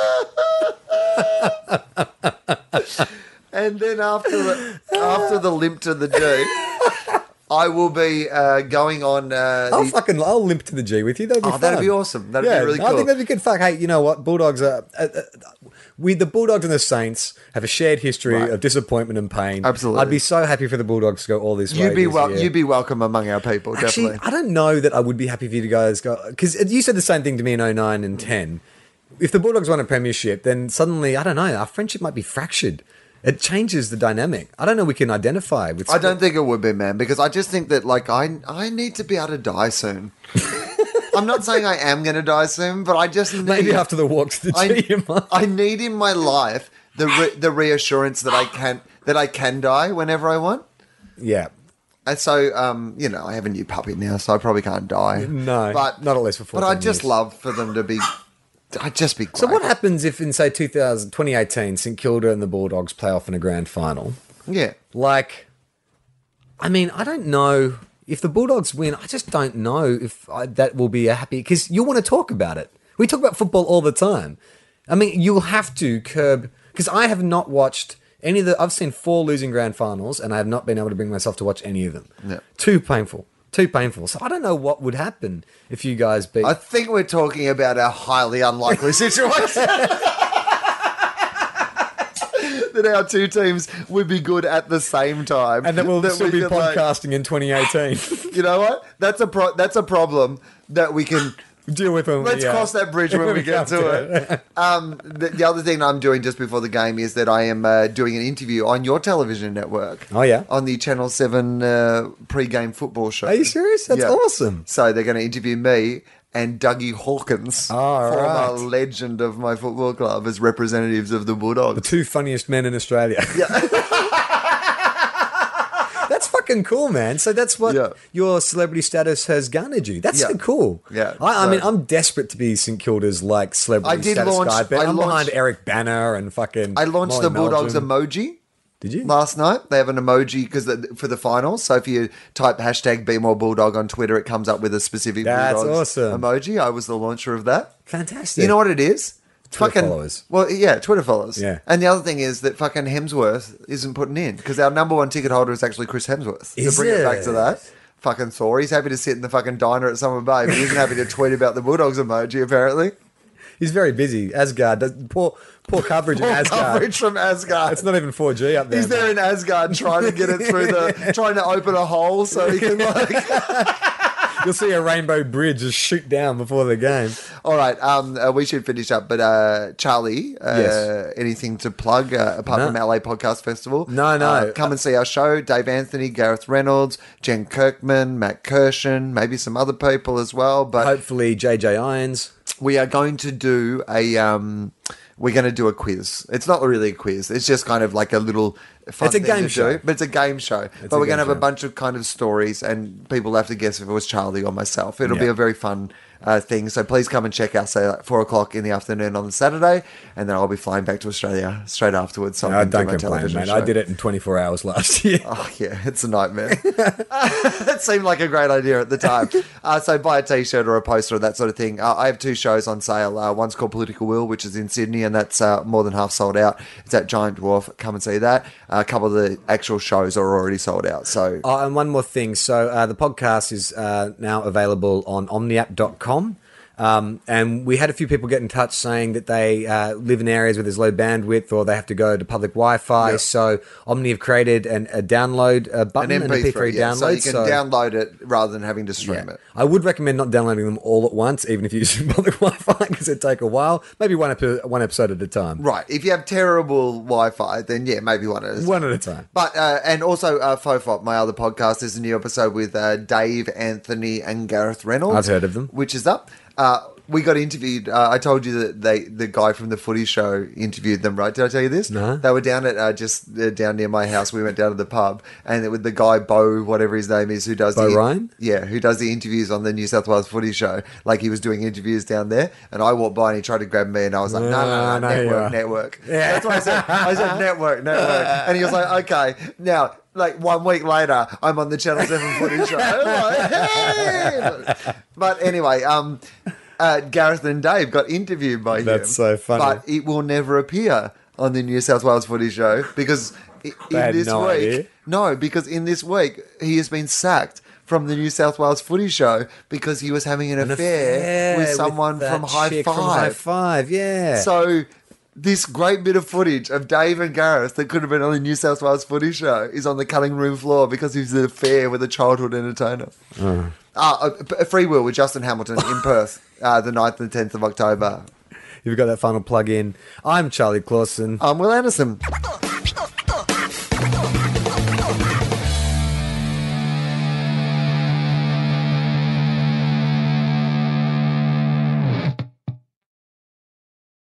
And then after the after the limp to the G, I will be uh, going on. Uh,
I'll
the-
fucking I'll limp to the G with you. That'd be
Oh,
fun.
that'd be awesome. That'd be really
I
cool.
think that'd be good. Fuck. Hey, you know what? Bulldogs are uh, uh, we the Bulldogs and the Saints have a shared history
Right.
of disappointment and pain.
Absolutely.
I'd be so happy for the Bulldogs to go all this way.
you'd be
this
wel-
year.
you'd be welcome among our people.
Actually,
definitely.
I don't know that I would be happy for you to guys go because you said the same thing to me in 09 and 10. If the Bulldogs won a premiership, then suddenly I don't know our friendship might be fractured. It changes the dynamic. I don't know. We can identify with.
I don't think it would be, man, because I just think that like I I need to be able to die soon. I'm not saying I am going to die soon, but I just need,
Maybe after the walk to the G, you might.
I, I need in my life the re- the reassurance that I can that I can die whenever I want.
yeah.
And so, um, you know, I have a new puppy now, so I probably can't die.
No, not at least for
But I
14
just
years.
love for them to be. I'd just be. Great.
So what happens if in say 2000, 2018, St Kilda and the Bulldogs play off in a grand final?
Yeah,
Like, I mean, I don't know if the Bulldogs win. I just don't know if I, that will be a happy because you want to talk about it. We talk about football all the time. I mean, you'll have to curb because I have not watched any of the. I've seen four losing grand finals, and I have not been able to bring myself to watch any of them.
Yeah.
Too painful. Too painful. So I don't know what would happen if you guys beat.
I think we're talking about a highly unlikely situation. that our two teams would be good at the same time,
and then we'll
That
still
we
be
could, like-
podcasting in 2018.
you know what? That's a pro- that's a problem that we can.
deal with when
Let's
we, uh,
cross that bridge when we
come
get to it. Um, the, the other thing I'm doing just before the game is that I am uh, doing an interview on your television network.
Oh, yeah?
on the Channel Seven uh, pre-game football show.
Are you serious? That's
Yeah.
awesome.
So they're going to interview me and Dougie Hawkins,
Ah, All
former
right.
legend of my football club, as representatives of the Bulldogs.
The two funniest men in Australia. Yeah. that's fucking cool, man. So that's what
Yeah.
your celebrity status has garnered you. That's
Yeah.
so cool.
Yeah,
I, I
so-
mean, I'm desperate to be St Kilda's like celebrity
I did
status
launch-
guy, but
I
I'm behind
launched-
Eric Banner and fucking.
I launched
Molly
the Bulldogs
Meldrum.
emoji.
Did you?
last night. They have an emoji because for the finals. So if you type hashtag be more bulldog on Twitter, it comes up with a specific
That's
Bulldogs
awesome.
emoji. I was the launcher of that.
Fantastic.
You know what it is?
Twitter followers.
Well, yeah, Twitter followers.
Yeah.
And the other thing is that fucking Hemsworth isn't putting in because our number one ticket holder is actually Chris Hemsworth.
Is
to bring it? back
it?
to that. Fucking Thor. He's happy to sit in the fucking diner at Summer Bay, but he isn't happy to tweet about the Bulldogs emoji, apparently.
He's very busy. Asgard. Does, poor, poor coverage in
More
Asgard.
coverage from Asgard.
It's not even 4G up there.
He's there in Asgard trying to get it through the, trying to open a hole so he can like.
You'll see a rainbow bridge just shoot down before the game.
All right, um, uh, we should finish up. But uh, Charlie, uh,
Yes.
anything to plug uh, apart
No.
from LA Podcast Festival?
No, no.
Uh, come and see our show. Dave Anthony, Gareth Reynolds, Jen Kirkman, Matt Kirshen, maybe some other people as well. But
Hopefully, JJ Irons.
we are going to do a. Um, we're going to do a quiz. It's not really a quiz. It's just kind of like a little fun
It's a
thing
game
to
show.
do. But it's a game show.
a
but we're going
game
to have
show.
a bunch of kind of stories, and people will have to guess if it was Charlie or myself. It'll be
Yeah.
a very fun uh, thing. So please come and check us at four o'clock in the afternoon on the Saturday, and then I'll be flying back to Australia straight afterwards. So I
I
can do
don't
my
complain,
television
Uh, mate.
show.
I did it in 24 hours last year.
Oh, yeah, it's a nightmare. it seemed like a great idea at the time. Uh, so buy a T-shirt or a poster or that sort of thing. Uh, I have two shows on sale. Uh, one's called Political Will, which is in Sydney, and that's uh, more than half sold out. It's at Giant Dwarf. Come and see that. Uh, a couple of the actual shows are already sold out. So
Oh, and one more thing. So uh, the podcast is uh, now available on omniapp.com. Um, and we had a few people get in touch saying that they uh, live in areas where there's low bandwidth or they have to go to public Wi Fi. So Omni have created an, a download uh
an
button, and a
MP3,
MP3
yeah.
download.
so you can download it rather than having to stream
yeah.
it.
I would recommend not downloading them all at once, even if you're using public Wi Fi, because it take a while. Maybe one, epi- one episode at a time.
Right. If you have terrible Wi-Fi, then yeah, maybe one of those.
One at a time.
But uh, and also uh, Fofop, my other podcast, is a new episode with uh, Dave Anthony and Gareth Reynolds.
I've heard of them.
Which is up. Uh, we got interviewed. Uh, I told you that they the guy from the Footy Show interviewed them, right? Did I tell you this?
No.
They were down at uh, just uh, down near my house. We went down to the pub, and it, with the guy Bo, whatever his name is, who does
Bo
the
Ryan?
yeah, who does the interviews on the New South Wales Footy Show. Like he was doing interviews down there, and I walked by and he tried to grab me, and I was like, no, no, no,
No, no,
network,
yeah.
network. That's what I said. I said network, network, and he was like, okay, now. Like one week later, I'm on the Channel Seven Footy Show. Like, hey! But anyway, um, uh, Gareth and Dave got interviewed by you.
That's so funny.
But it will never appear on the New South Wales Footy Show because i-
They
in
had
this
no
week,
idea.
no, because in this week he has been sacked from the New South Wales Footy Show because he was having an, affair, with someone
that
from, high
chick
five.
from High Five, yeah.
So this great bit of footage of Dave and Gareth that could have been on the New South Wales Footy Show is on the cutting room floor because he was an affair with a childhood entertainer. Ah, Uh, a Free Will with Justin Hamilton in Perth, uh, the 9th and 10th of October.
You've got that final plug in. I'm Charlie Clausen.
I'm Um, Will Anderson.